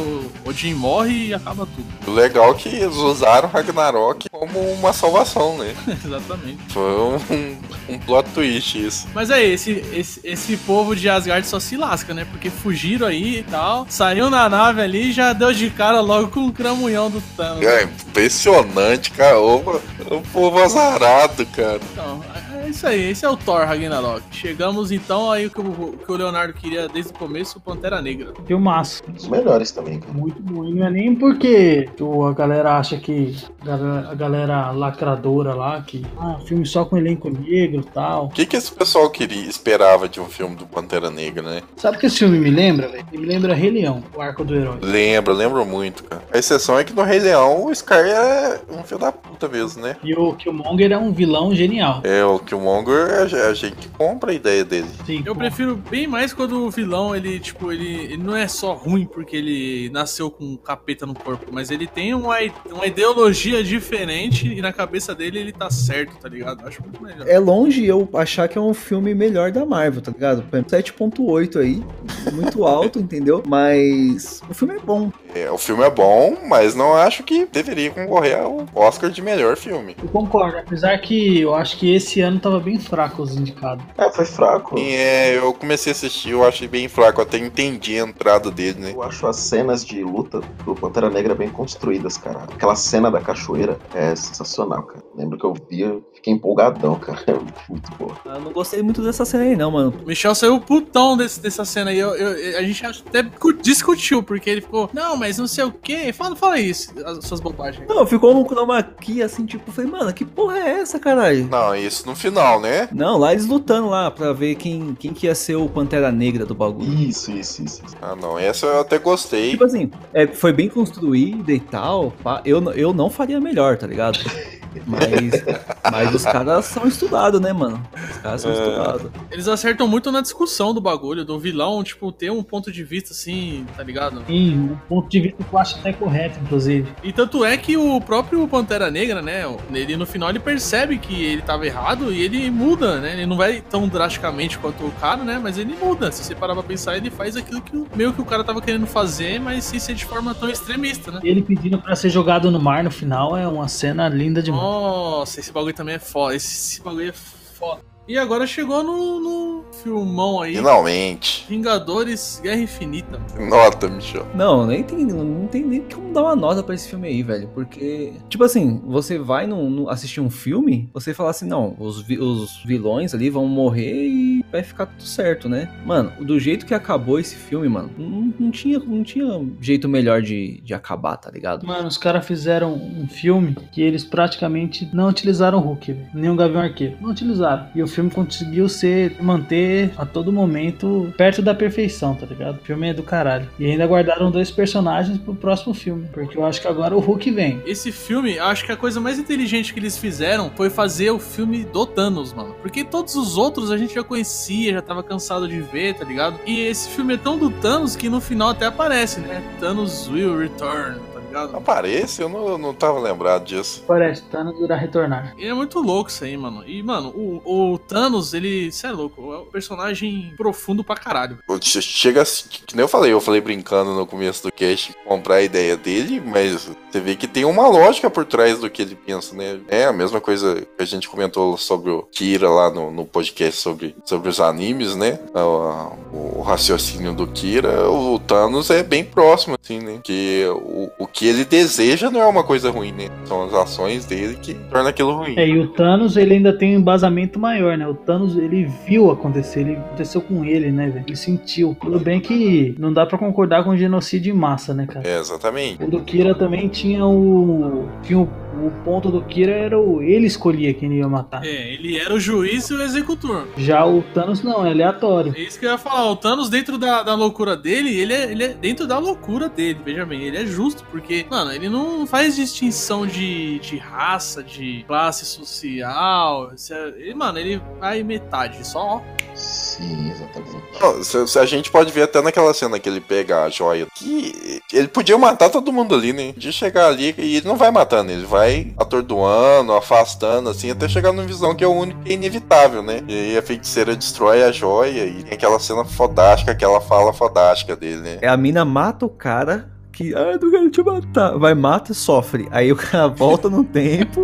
[SPEAKER 3] Odin morre e acaba tudo.
[SPEAKER 4] O legal é que eles usaram Ragnarok como uma salvação, né?
[SPEAKER 3] Exatamente.
[SPEAKER 4] Foi um, um plot twist isso.
[SPEAKER 3] Mas é, esse, esse, esse povo de Asgard só se lasca, né? Porque fugiram aí e tal. Saiu na nave ali e já deu de cara logo com o cramunhão do Thanos.
[SPEAKER 4] É impressionante, cara. O, o povo azarado, cara.
[SPEAKER 3] Então, é isso aí, esse é o Thor Ragnarok. Chegamos então aí o que o, o que o Leonardo queria desde o começo, o Pantera Negra.
[SPEAKER 2] Filmaço.
[SPEAKER 5] Um dos melhores também, cara.
[SPEAKER 2] Muito bom. E não é nem porque o- a galera acha que. A galera, a galera lacradora lá, que. Ah, filme só com elenco negro e tal.
[SPEAKER 4] O que, que esse pessoal queria, esperava de um filme do Pantera Negra, né?
[SPEAKER 2] Sabe o que esse filme me lembra, velho? Ele me lembra Rei Leão, o arco do herói.
[SPEAKER 4] Lembro, lembro muito, cara. A exceção é que no Rei Leão o Scar é um filho da puta mesmo, né?
[SPEAKER 2] E o Killmonger é um vilão genial.
[SPEAKER 4] É, o Killmonger, a, a gente compra a ideia dele.
[SPEAKER 2] Sim,
[SPEAKER 3] Eu
[SPEAKER 2] pô.
[SPEAKER 3] prefiro bem mais quando o vilão, ele, tipo, ele, ele não é só ruim porque ele nasceu com um capeta no corpo, mas ele tem uma, i- uma ideologia diferente e na cabeça dele ele tá certo, tá ligado? Eu Acho muito melhor.
[SPEAKER 1] É longe eu achar que é um filme melhor da Marvel, tá ligado? Pra mim, 7.8 aí, muito alto, entendeu? Mas o filme é bom.
[SPEAKER 4] É, o filme é bom, mas não acho que deveria concorrer ao Oscar de melhor filme.
[SPEAKER 2] Eu concordo, apesar que eu acho que esse ano tava bem fraco os indicados.
[SPEAKER 5] É, foi fraco.
[SPEAKER 4] E, é, eu comecei a assistir, eu achei bem fraco, até entendi a entrada dele, né?
[SPEAKER 5] Eu acho as cenas de luta do Pantera Negra bem construídas, cara. Aquela cena da cachoeira é sensacional, cara. Lembro que eu vi, eu fiquei empolgadão, cara. É muito boa.
[SPEAKER 1] Eu não gostei muito dessa cena aí, não, mano.
[SPEAKER 3] O Michel saiu putão desse, dessa cena aí. Eu, eu- a gente até cu- discutiu, porque ele ficou, não, mas não sei o quê. Fala, fala isso, as suas bobagens.
[SPEAKER 1] Não, ficou um chroma key assim, tipo, eu falei, mano, que porra é essa, caralho?
[SPEAKER 4] Não, isso no final, né?
[SPEAKER 1] Não, lá eles lutando lá pra ver quem, quem que ia ser o Pantera Negra do bagulho.
[SPEAKER 5] Isso, isso, isso. isso.
[SPEAKER 4] Ah, não, essa eu até gostei.
[SPEAKER 1] Tipo assim, é, foi bem construída e tal. pá. Eu, n- eu não faria melhor, tá ligado? Mas, mas os caras são estudados, né, mano? Os caras são estudados.
[SPEAKER 3] Eles acertam muito na discussão do bagulho, do vilão, tipo, ter um ponto de vista assim, tá ligado?
[SPEAKER 2] Sim, um ponto de vista que eu acho até correto, inclusive.
[SPEAKER 3] E tanto é que o próprio Pantera Negra, né? Ele no final ele percebe que ele tava errado e ele muda, né? Ele não vai tão drasticamente quanto o cara, né? Mas ele muda. Se você parar pra pensar, ele faz aquilo que o, meio que o cara tava querendo fazer, mas sem ser de forma tão extremista, né?
[SPEAKER 2] Ele pedindo pra ser jogado no mar no final é uma cena linda demais.
[SPEAKER 3] Nossa, esse bagulho também é foda. Esse, esse bagulho é foda. E agora chegou no, no filmão aí.
[SPEAKER 4] Finalmente.
[SPEAKER 3] Vingadores Guerra Infinita.
[SPEAKER 4] Nota, Michel.
[SPEAKER 1] Não, nem tem, não tem nem como dar uma nota pra esse filme aí, velho. Porque, tipo assim, você vai num, num- assistir um filme, você fala assim, não, os, vi- os vilões ali vão morrer e vai ficar tudo certo, né? Mano, do jeito que acabou esse filme, mano, não, não tinha, não tinha jeito melhor de, de acabar, tá ligado?
[SPEAKER 2] Mano, os caras fizeram um filme que eles praticamente não utilizaram o Hulk, velho. nem o Gavião Arqueiro. Não utilizaram. E o filme conseguiu ser, manter a todo momento perto da perfeição, tá ligado? O filme é do caralho. E ainda guardaram dois personagens pro próximo filme. Porque eu acho que agora o Hulk vem.
[SPEAKER 3] Esse filme, acho que a coisa mais inteligente que eles fizeram foi fazer o filme do Thanos, mano. Porque todos os outros a gente já conhecia, já tava cansado de ver, tá ligado? E esse filme é tão do Thanos que no final até aparece, né? Thanos will return, tá ligado?
[SPEAKER 4] Aparece? Eu não, não tava lembrado disso.
[SPEAKER 2] Parece, Thanos irá retornar.
[SPEAKER 3] E é muito louco isso aí, mano. E, mano, o, o Thanos, ele, cê é louco, é um personagem profundo pra caralho.
[SPEAKER 4] Eu che- Chega assim, que que nem eu falei, eu falei brincando no começo do cast, comprar a ideia dele, mas você vê que tem uma lógica por trás do que ele pensa, né? É a mesma coisa que a gente comentou sobre o Kira lá no, no podcast sobre, sobre os animes, né? O, o raciocínio do Kira, o Thanos é bem próximo, assim, né? Que o, o que ele deseja não é uma coisa ruim, né? São as ações dele que torna aquilo ruim.
[SPEAKER 2] É, e o Thanos, ele ainda tem um embasamento maior, né? O Thanos, ele viu acontecer, ele aconteceu com ele, né, velho? Ele sentiu. Tudo bem que não dá pra concordar com genocídio em massa, né, cara?
[SPEAKER 4] É, exatamente.
[SPEAKER 2] O do Kira também tinha o. Tinha o, o ponto do Kira era o. Ele escolhia quem ele ia matar.
[SPEAKER 3] É, ele era o juiz e o executor.
[SPEAKER 2] Já o Thanos não, é aleatório.
[SPEAKER 3] É isso que eu ia falar. O Thanos, dentro da, da loucura dele, ele é, ele é dentro da loucura dele, veja bem. Ele é justo, porque, mano, ele não faz distinção de, de raça, de classe social. se é- Ele, mano, ele vai metade só. ó.
[SPEAKER 5] Sim, exatamente.
[SPEAKER 4] Não, se- se a gente pode ver até naquela cena que ele pega a joia. Que ele podia matar todo mundo ali, né? De chegar ali e ele não vai matando, ele vai atordoando, afastando, assim, até chegar no visão que é o único que é inevitável, né? E aí a feiticeira destrói a joia e tem aquela cena fodástica, aquela fala fodástica dele, né?
[SPEAKER 1] É a mina mata o cara que, ah, eu não quero te matar. Vai, mata e sofre. Aí o cara volta no tempo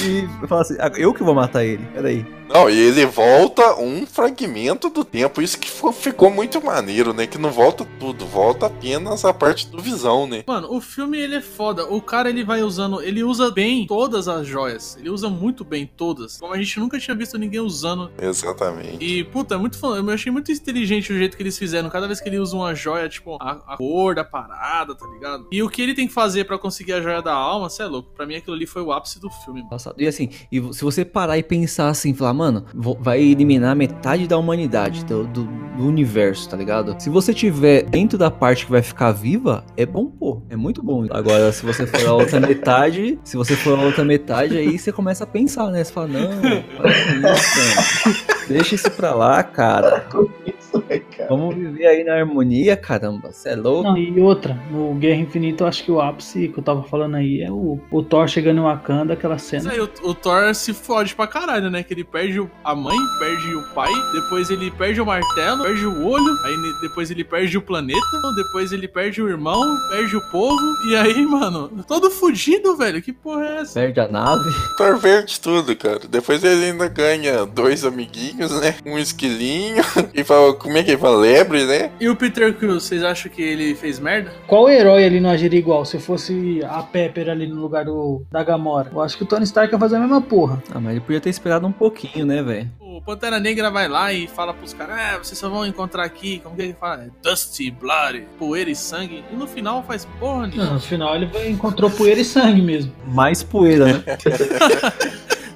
[SPEAKER 1] e fala assim, "Ah, eu que vou matar ele. Peraí.
[SPEAKER 4] Não, e ele volta um fragmento do tempo. Isso que ficou, ficou muito maneiro, né? Que não volta tudo, volta apenas a parte do visão, né?
[SPEAKER 3] Mano, o filme ele é foda. O cara ele vai usando, ele usa bem todas as joias. Ele usa muito bem todas. Como a gente nunca tinha visto ninguém usando.
[SPEAKER 4] Exatamente.
[SPEAKER 3] E puta, é muito fã. Eu achei muito inteligente o jeito que eles fizeram. Cada vez que ele usa uma joia, tipo, a, a cor da parada, tá ligado? E o que ele tem que fazer pra conseguir a joia da alma, cê é louco. Pra mim aquilo ali foi o ápice do filme, mano.
[SPEAKER 1] Passado. E assim, e vo- se você parar e pensar assim, falar, mano, vo- vai eliminar metade da humanidade, do, do- do universo, tá ligado? Se você tiver dentro da parte que vai ficar viva, é bom, pô. É muito bom. Agora, se você for a outra metade, se você for a outra metade, aí você começa a pensar, né? Você fala, não, para com isso, cara. Deixa isso pra lá, cara.
[SPEAKER 5] Isso, né, cara?
[SPEAKER 1] Vamos viver aí na harmonia, caramba. Você é louco?
[SPEAKER 2] Não, e outra, no Guerra Infinita, eu acho que o ápice que eu tava falando aí é o, o Thor chegando em Wakanda, aquela
[SPEAKER 3] Mas
[SPEAKER 2] cena.
[SPEAKER 3] aí o, o Thor se fode pra caralho, né? Que ele perde o- a mãe, perde o pai, depois ele perde o martelo, perde o olho, aí ne- depois ele perde o planeta, depois ele perde o irmão, perde o povo, e aí, mano, todo fudido, velho. Que porra é essa?
[SPEAKER 1] Perde a nave.
[SPEAKER 4] Thor verde tudo, cara. Depois ele ainda ganha dois amiguinhos, né? Um esquilinho. E fala, como é que ele fala? Lebre, né?
[SPEAKER 3] E o Peter Crew, vocês acham que ele fez merda?
[SPEAKER 2] Qual herói ali não agiria igual? Se fosse a Pepper ali no lugar do, da Gamora? Eu acho que o Tony Stark ia fazer a mesma porra.
[SPEAKER 1] Ah, mas ele podia ter esperado um pouquinho, né, velho?
[SPEAKER 3] O Pantera Negra vai lá e fala pros caras, ah, vocês só vão encontrar aqui, como que ele fala? É Dusty, Blood, poeira e sangue. E no final faz porra nenhuma.
[SPEAKER 2] Não, no final ele vai- encontrou poeira e sangue mesmo.
[SPEAKER 1] Mais poeira, né?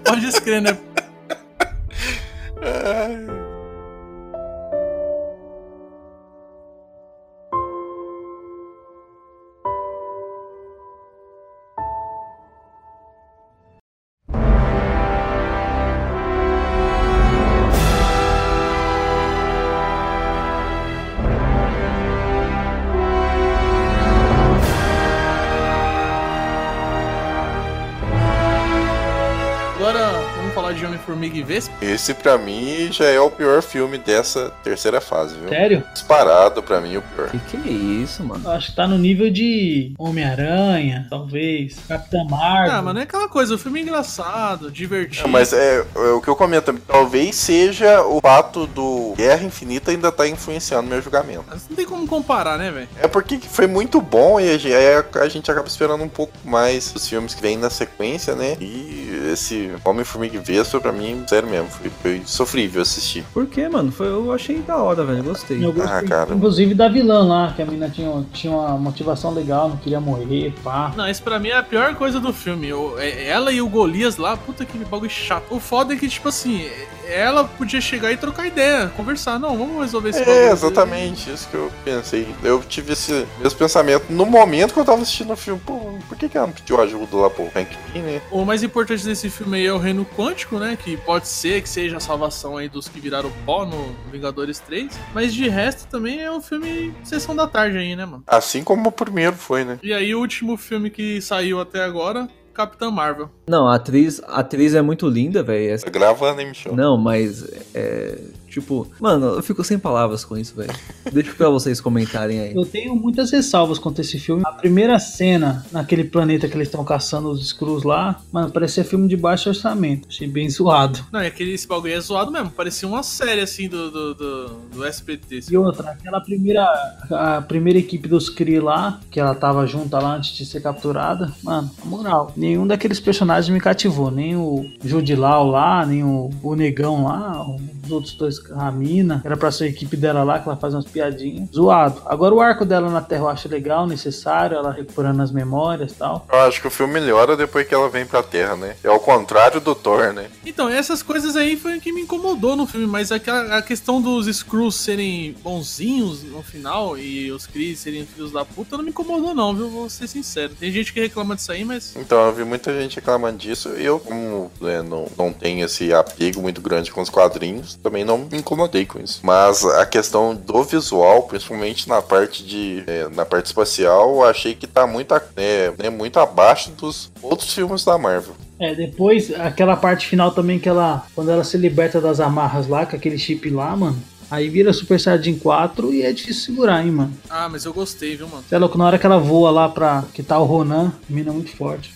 [SPEAKER 3] Pode escrever, né?
[SPEAKER 4] Ah,
[SPEAKER 3] Agora vamos falar de Homem-Formiga e Vespa.
[SPEAKER 4] Esse pra mim já é o pior filme dessa terceira fase, viu?
[SPEAKER 2] Sério?
[SPEAKER 4] Disparado pra mim o pior.
[SPEAKER 1] Que que é isso, mano?
[SPEAKER 2] Eu acho que tá no nível de Homem-Aranha, talvez. Capitã Marvel.
[SPEAKER 3] Ah, mano, é aquela coisa, o filme é engraçado, divertido.
[SPEAKER 4] É, Mas é, é o que eu comento, talvez seja o fato do Guerra Infinita ainda tá influenciando meu julgamento.
[SPEAKER 3] Mas não tem como comparar, né, velho?
[SPEAKER 4] É porque que foi muito bom e a ge- aí a a gente acaba esperando um pouco mais os filmes que vêm na sequência, né? E esse Homem-Formiga e vez, foi pra mim, sério mesmo, foi, foi sofrível assistir.
[SPEAKER 1] Por quê, mano? Foi, eu achei da hora, velho. Gostei.
[SPEAKER 2] Eu gostei,
[SPEAKER 4] cara.
[SPEAKER 2] Inclusive da vilã lá, que a menina tinha, tinha uma motivação legal, não queria morrer, pá.
[SPEAKER 3] Não, isso pra mim é a pior coisa do filme. Eu- é- ela e o Golias lá, puta que bagulho chato. O foda é que, tipo assim, ela podia chegar e trocar ideia, conversar. Não, vamos resolver esse
[SPEAKER 4] É, exatamente isso que eu pensei. Eu tive esse mesmo pensamento no momento que eu tava assistindo o filme. Pô, por que, que ela não pediu ajuda lá pro Hank Pym, né?
[SPEAKER 3] O mais importante desse filme aí é o reino quântico, né? Que pode ser que seja a salvação aí dos que viraram pó no Vingadores 3. Mas de resto também é um filme sessão da tarde aí, né, mano?
[SPEAKER 4] Assim como o primeiro foi, né?
[SPEAKER 3] E aí o último filme que saiu até agora, Capitã Marvel.
[SPEAKER 1] Não, a atriz, a atriz é muito linda, velho. Essa-
[SPEAKER 4] Tá gravando, hein, Michel?
[SPEAKER 1] Não, mas é. Tipo, mano, eu fico sem palavras com isso, velho. Deixa pra vocês comentarem aí.
[SPEAKER 2] Eu tenho muitas ressalvas contra esse filme. A primeira cena, naquele planeta que eles estão caçando os Skrulls lá, mano, parecia filme de baixo orçamento. Achei bem zoado.
[SPEAKER 3] Não, é aquele esse bagulho é zoado mesmo. Parecia uma série assim do, do, do, do SBT. assim.
[SPEAKER 2] E outra, aquela primeira. A primeira equipe dos Kree lá, que ela tava junta lá antes de ser capturada, mano, na moral, nenhum daqueles personagens me cativou. Nem o Judilau lá, nem o, o Negão lá, os outros dois, a mina, que era pra ser a equipe dela lá, que ela faz umas piadinhas. Zoado. Agora o arco dela na Terra eu acho legal, necessário, ela recuperando as memórias e tal.
[SPEAKER 4] Eu acho que o filme melhora depois que ela vem pra Terra, né? É ao contrário do Thor, né?
[SPEAKER 3] Então, essas coisas aí foi o que me incomodou no filme, mas aquela, a questão dos Skrulls serem bonzinhos no final e os Kree serem filhos da puta não me incomodou não, viu? Vou ser sincero. Tem gente que reclama disso aí, mas
[SPEAKER 4] Então, eu vi muita gente reclamando disso. E eu, como né, não, não tenho esse apego muito grande com os quadrinhos, também não me incomodei com isso. Mas a questão do visual, principalmente na parte de. é, na parte espacial, eu achei que tá muito, a- é, né, muito abaixo dos outros filmes da Marvel.
[SPEAKER 2] É, depois, aquela parte final também que ela. Quando ela se liberta das amarras lá, com aquele chip lá, mano. Aí vira Super Saiyajin 4 e é difícil segurar, hein, mano.
[SPEAKER 3] ah, mas eu gostei, viu, mano?
[SPEAKER 2] Você é louco, na hora que ela voa lá pra. Que tá o Ronan, mina muito forte.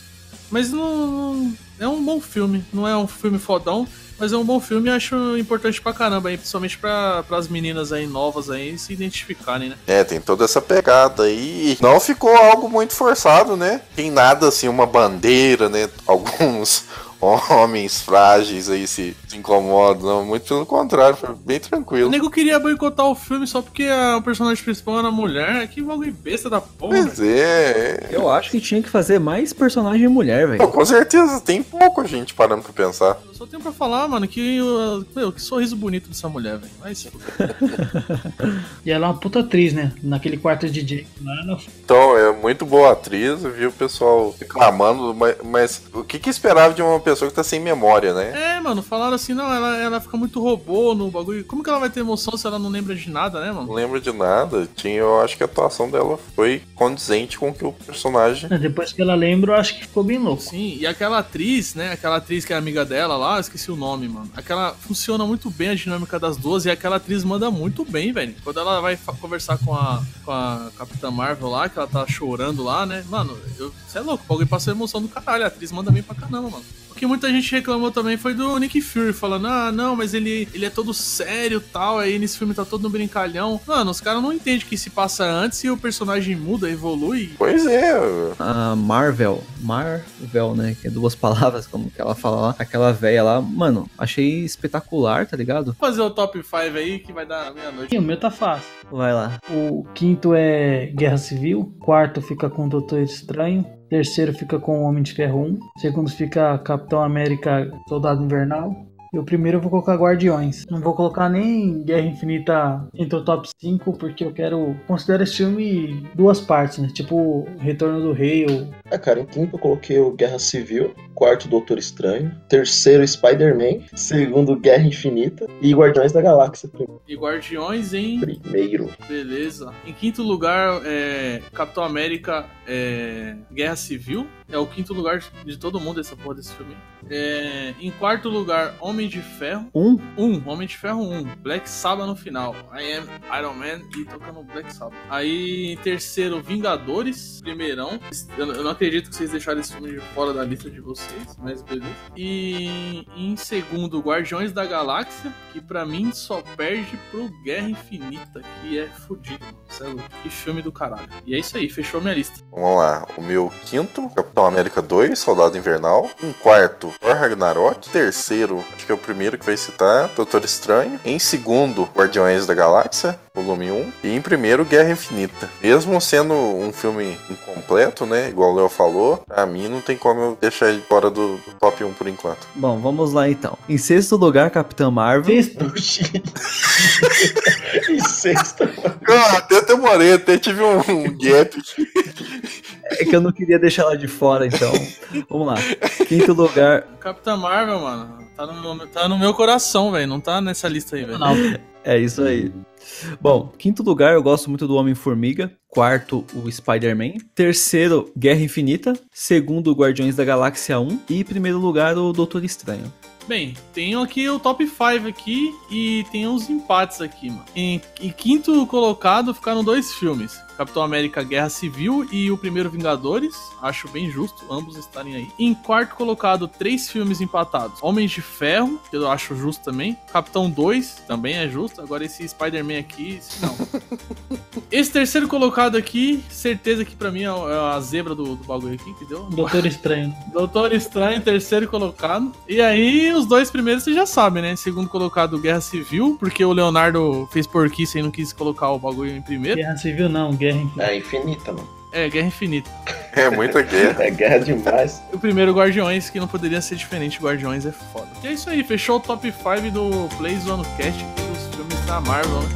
[SPEAKER 3] Mas não, não- é um bom filme, não é um filme fodão, mas é um bom filme e acho importante pra caramba aí, principalmente pra, pras meninas aí novas aí se identificarem, né?
[SPEAKER 4] É, tem toda essa pegada aí. Não ficou algo muito forçado, né? Tem nada assim, uma bandeira, né? Alguns homens frágeis aí se, se incomodam. Não, muito pelo contrário, foi bem
[SPEAKER 3] O
[SPEAKER 4] tranquilo.
[SPEAKER 3] nego queria boicotar o filme só porque a o personagem principal era mulher, que bagulho besta da porra. velho.
[SPEAKER 4] Pois é. é.
[SPEAKER 1] Eu acho que tinha que fazer mais personagem mulher,
[SPEAKER 4] Não,
[SPEAKER 1] velho.
[SPEAKER 4] com certeza, tem pouco gente parando pra pensar.
[SPEAKER 3] Eu só tenho pra falar, mano, que. uh, Meu, que sorriso bonito dessa mulher, velho. Mas.
[SPEAKER 2] E ela é uma puta atriz, né? Naquele quarto de Jake lá, ela
[SPEAKER 4] Então, é muito boa atriz, viu o pessoal reclamando, mas, mas o que que esperava de uma pessoa que tá sem memória, né?
[SPEAKER 3] É, mano, falaram assim, não, ela, ela fica muito robô no bagulho. Como que ela vai ter emoção se ela não lembra de nada, né, mano?
[SPEAKER 4] Não lembro de nada. Tinha, eu acho que a atuação dela foi condizente com o que o personagem
[SPEAKER 2] Depois que ela lembra, eu acho que ficou bem louco.
[SPEAKER 3] Sim, e aquela atriz, né? Aquela atriz que é amiga dela lá, eu esqueci o nome, mano. Aquela funciona muito bem a dinâmica das duas e aquela atriz manda muito bem, velho. Quando ela vai fa- conversar com a, com a Capitã Marvel lá, que ela tá chorando lá, né? Mano, eu, você é louco, o bagulho passou emoção do caralho. A atriz manda bem pra caramba, mano. O que muita gente reclamou também foi do Nick Fury, falando, ah, não, mas ele, ele é todo sério e tal, aí nesse filme tá todo no brincalhão. Mano, os caras não entendem que se passa antes e o personagem muda, evolui.
[SPEAKER 4] Pois é,
[SPEAKER 1] A Marvel, Marvel, né? Que é duas palavras, como que ela fala lá. Aquela véia lá, mano, achei espetacular, tá ligado?
[SPEAKER 3] Vou fazer o top 5 aí que vai dar meia-noite.
[SPEAKER 2] E o meu tá fácil.
[SPEAKER 1] Vai lá.
[SPEAKER 2] O quinto é Guerra Civil. Quarto fica com o Doutor Estranho. Terceiro fica com o Homem de Ferro 1. Segundo fica Capitão América Soldado Invernal. E o primeiro eu vou colocar Guardiões. Não vou colocar nem Guerra Infinita entre o top 5, porque eu quero. Considero esse filme duas partes, né? Tipo Retorno do Rei ou
[SPEAKER 5] Ah, cara, em quinto eu coloquei o Guerra Civil, quarto Doutor Estranho, terceiro Spider-Man, segundo Guerra Infinita e Guardiões da Galáxia prim-
[SPEAKER 3] E Guardiões em.
[SPEAKER 5] primeiro.
[SPEAKER 3] Beleza. Em quinto lugar, é. Capitão América é. Guerra Civil. É o quinto lugar de todo mundo essa porra desse filme. É, Em quarto lugar, Homem de Ferro
[SPEAKER 1] Um,
[SPEAKER 3] 1. Homem de Ferro 1. Black Sabbath no final. I am Iron Man e tocando Black Sabbath. Aí em terceiro, Vingadores. Primeirão. Eu eu não acredito que vocês deixaram esse filme de fora da lista de vocês. vocês, mas beleza. E em segundo, Guardiões da Galáxia, que pra mim só perde pro Guerra Infinita, que é fudido. Cê é louco. Que filme do caralho. E é isso aí, fechou minha lista.
[SPEAKER 4] Vamos lá. O meu quinto, Capitão América 2, Soldado Invernal. Em quarto, Thor Ragnarok. Terceiro, acho que é o primeiro que vai citar, Doutor Estranho. Em segundo, Guardiões da Galáxia, volume 1. E em primeiro, Guerra Infinita. Mesmo sendo um filme incompleto, né? Igual o Léo falou, pra mim não tem como eu deixar ele fora do do top 1 por enquanto.
[SPEAKER 1] Bom, vamos lá então. Em sexto lugar, Capitã Marvel.
[SPEAKER 2] Sexto,
[SPEAKER 5] Em sexto.
[SPEAKER 4] Eu Ah, até demorei, até tive um, um gap.
[SPEAKER 1] É que eu não queria deixar ela de fora, então. Vamos lá. Quinto lugar,
[SPEAKER 3] Capitã Marvel, mano, tá no meu, tá no meu coração, velho. Não tá nessa lista aí, velho.
[SPEAKER 2] não.
[SPEAKER 1] É isso aí. Bom, quinto lugar, eu gosto muito do Homem-Formiga. Quarto, o Spider-Man. Terceiro, Guerra Infinita. Segundo, Guardiões da Galáxia 1. E primeiro lugar, o Doutor Estranho.
[SPEAKER 3] Bem, tenho aqui o top 5 aqui e tem uns empates aqui, mano. Em, em quinto colocado ficaram dois filmes: Capitão América Guerra Civil e O Primeiro Vingadores. Acho bem justo ambos estarem aí. Em quarto colocado, três filmes empatados: Homens de Ferro, que eu acho justo também. Capitão 2, também é justo. Agora esse Spider-Man aqui, esse não. esse terceiro colocado aqui, certeza que pra mim é o- é a zebra do, do bagulho aqui que deu.
[SPEAKER 2] Doutor Estranho.
[SPEAKER 3] Doutor Estranho, terceiro colocado. E aí, os dois primeiros vocês já sabem, né? Segundo colocado, Guerra Civil, porque o Leonardo fez porquice e não quis colocar o bagulho em primeiro.
[SPEAKER 2] Guerra Civil não, Guerra Infinita.
[SPEAKER 5] É infinita, mano.
[SPEAKER 3] É, Guerra Infinita.
[SPEAKER 4] É muita guerra.
[SPEAKER 5] É guerra demais.
[SPEAKER 3] E O primeiro, Guardiões, que não poderia ser diferente. Guardiões é foda. E é isso aí, fechou o top 5 do Play Zone Cast dos filmes da Marvel, né?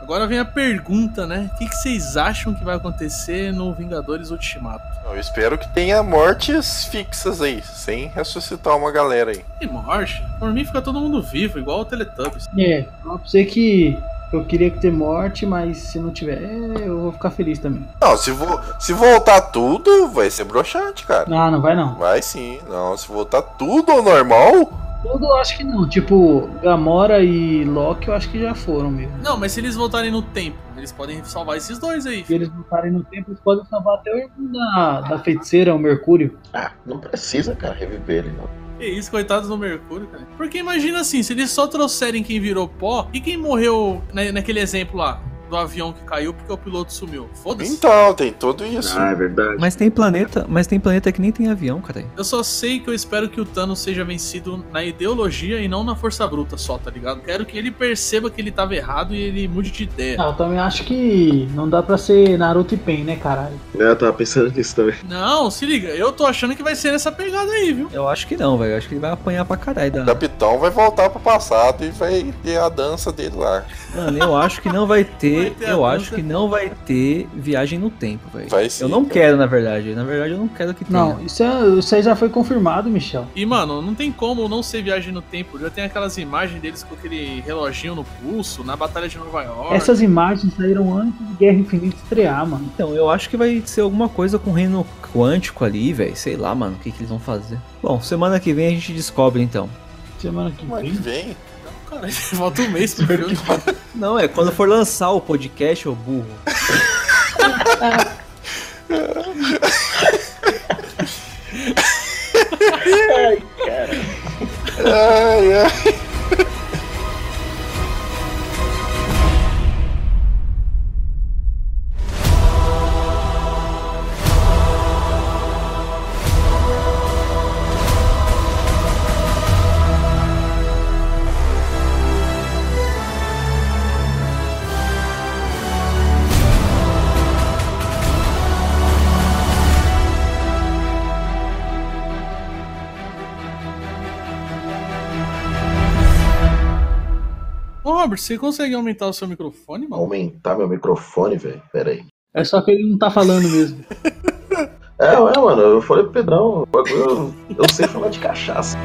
[SPEAKER 3] Agora vem a pergunta, né? O que que vocês acham que vai acontecer no Vingadores Ultimato?
[SPEAKER 4] Eu espero que tenha mortes fixas aí, sem ressuscitar uma galera aí.
[SPEAKER 3] E morte? Por mim fica todo mundo vivo, igual o Teletubbies.
[SPEAKER 2] É, falar pra você que eu queria que ter morte, mas se não tiver, é, eu vou ficar feliz também.
[SPEAKER 4] Não, se, vo se voltar tudo, vai ser broxante, cara.
[SPEAKER 2] Ah, não vai não.
[SPEAKER 4] Vai sim, não. Se voltar tudo ao normal,
[SPEAKER 2] Tudo eu acho que não. Tipo, Gamora e Loki eu acho que já foram mesmo.
[SPEAKER 3] Não, mas se eles voltarem no tempo, eles podem salvar esses dois aí.
[SPEAKER 2] Se eles voltarem no tempo, eles podem salvar até o irmão da, da feiticeira, o Mercúrio.
[SPEAKER 5] Ah, não precisa, cara, reviver ele, não.
[SPEAKER 3] Que isso, coitados do Mercúrio, cara. Porque imagina assim, se eles só trouxerem quem virou pó e quem morreu na- naquele exemplo lá do avião que caiu porque o piloto sumiu. Foda-se.
[SPEAKER 4] então, tem tudo isso.
[SPEAKER 5] Ah, é verdade.
[SPEAKER 1] Mas tem planeta, mas tem planeta que nem tem avião, cara.
[SPEAKER 3] Eu só sei que eu espero que o Thanos seja vencido na ideologia e não na força bruta só, tá ligado? Quero que ele perceba que ele tava errado e ele mude de ideia.
[SPEAKER 2] Ah, eu também acho que não dá pra ser Naruto e Pain, né, caralho?
[SPEAKER 5] Né, Eu tava pensando nisso também.
[SPEAKER 3] Não, se liga, eu tô achando que vai ser nessa pegada aí, viu?
[SPEAKER 1] Eu acho que não, velho. Eu acho que ele vai apanhar pra caralho.
[SPEAKER 4] O
[SPEAKER 1] Da...
[SPEAKER 4] capitão vai voltar pro passado e vai ter a dança dele lá.
[SPEAKER 1] Mano, eu acho que não vai ter.
[SPEAKER 3] Vai ter a
[SPEAKER 1] eu
[SPEAKER 3] dança.
[SPEAKER 1] acho que não vai ter viagem no tempo, velho.
[SPEAKER 4] Vai sim.
[SPEAKER 1] Eu não
[SPEAKER 4] cara.
[SPEAKER 1] quero, na verdade. Na verdade, eu não quero que tenha.
[SPEAKER 2] Não, isso, é, isso aí já foi confirmado, Michel.
[SPEAKER 3] E, mano, não tem como não ser viagem no tempo. Já tem aquelas imagens deles com aquele reloginho no pulso, na Batalha de Nova York.
[SPEAKER 2] Essas imagens saíram antes de Guerra Infinita estrear, mano.
[SPEAKER 1] Então, eu acho que vai ser alguma coisa com reino quântico ali, velho. Sei lá, mano, o que, que eles vão fazer. Bom, semana que vem a gente descobre, então.
[SPEAKER 2] Semana que
[SPEAKER 4] Mas
[SPEAKER 2] vem.
[SPEAKER 4] vem.
[SPEAKER 3] Caralho, falta um mês pro filme.
[SPEAKER 1] Não, é quando for lançar o podcast, ô burro.
[SPEAKER 4] Ai, ai.
[SPEAKER 3] Ô, Robert, você consegue aumentar o seu microfone, mano?
[SPEAKER 5] Aumentar meu microfone, velho. Pera aí.
[SPEAKER 2] É só que ele não tá falando mesmo.
[SPEAKER 5] É, ué, mano, eu falei pro Pedrão, o bagulho- eu, eu sei falar de cachaça.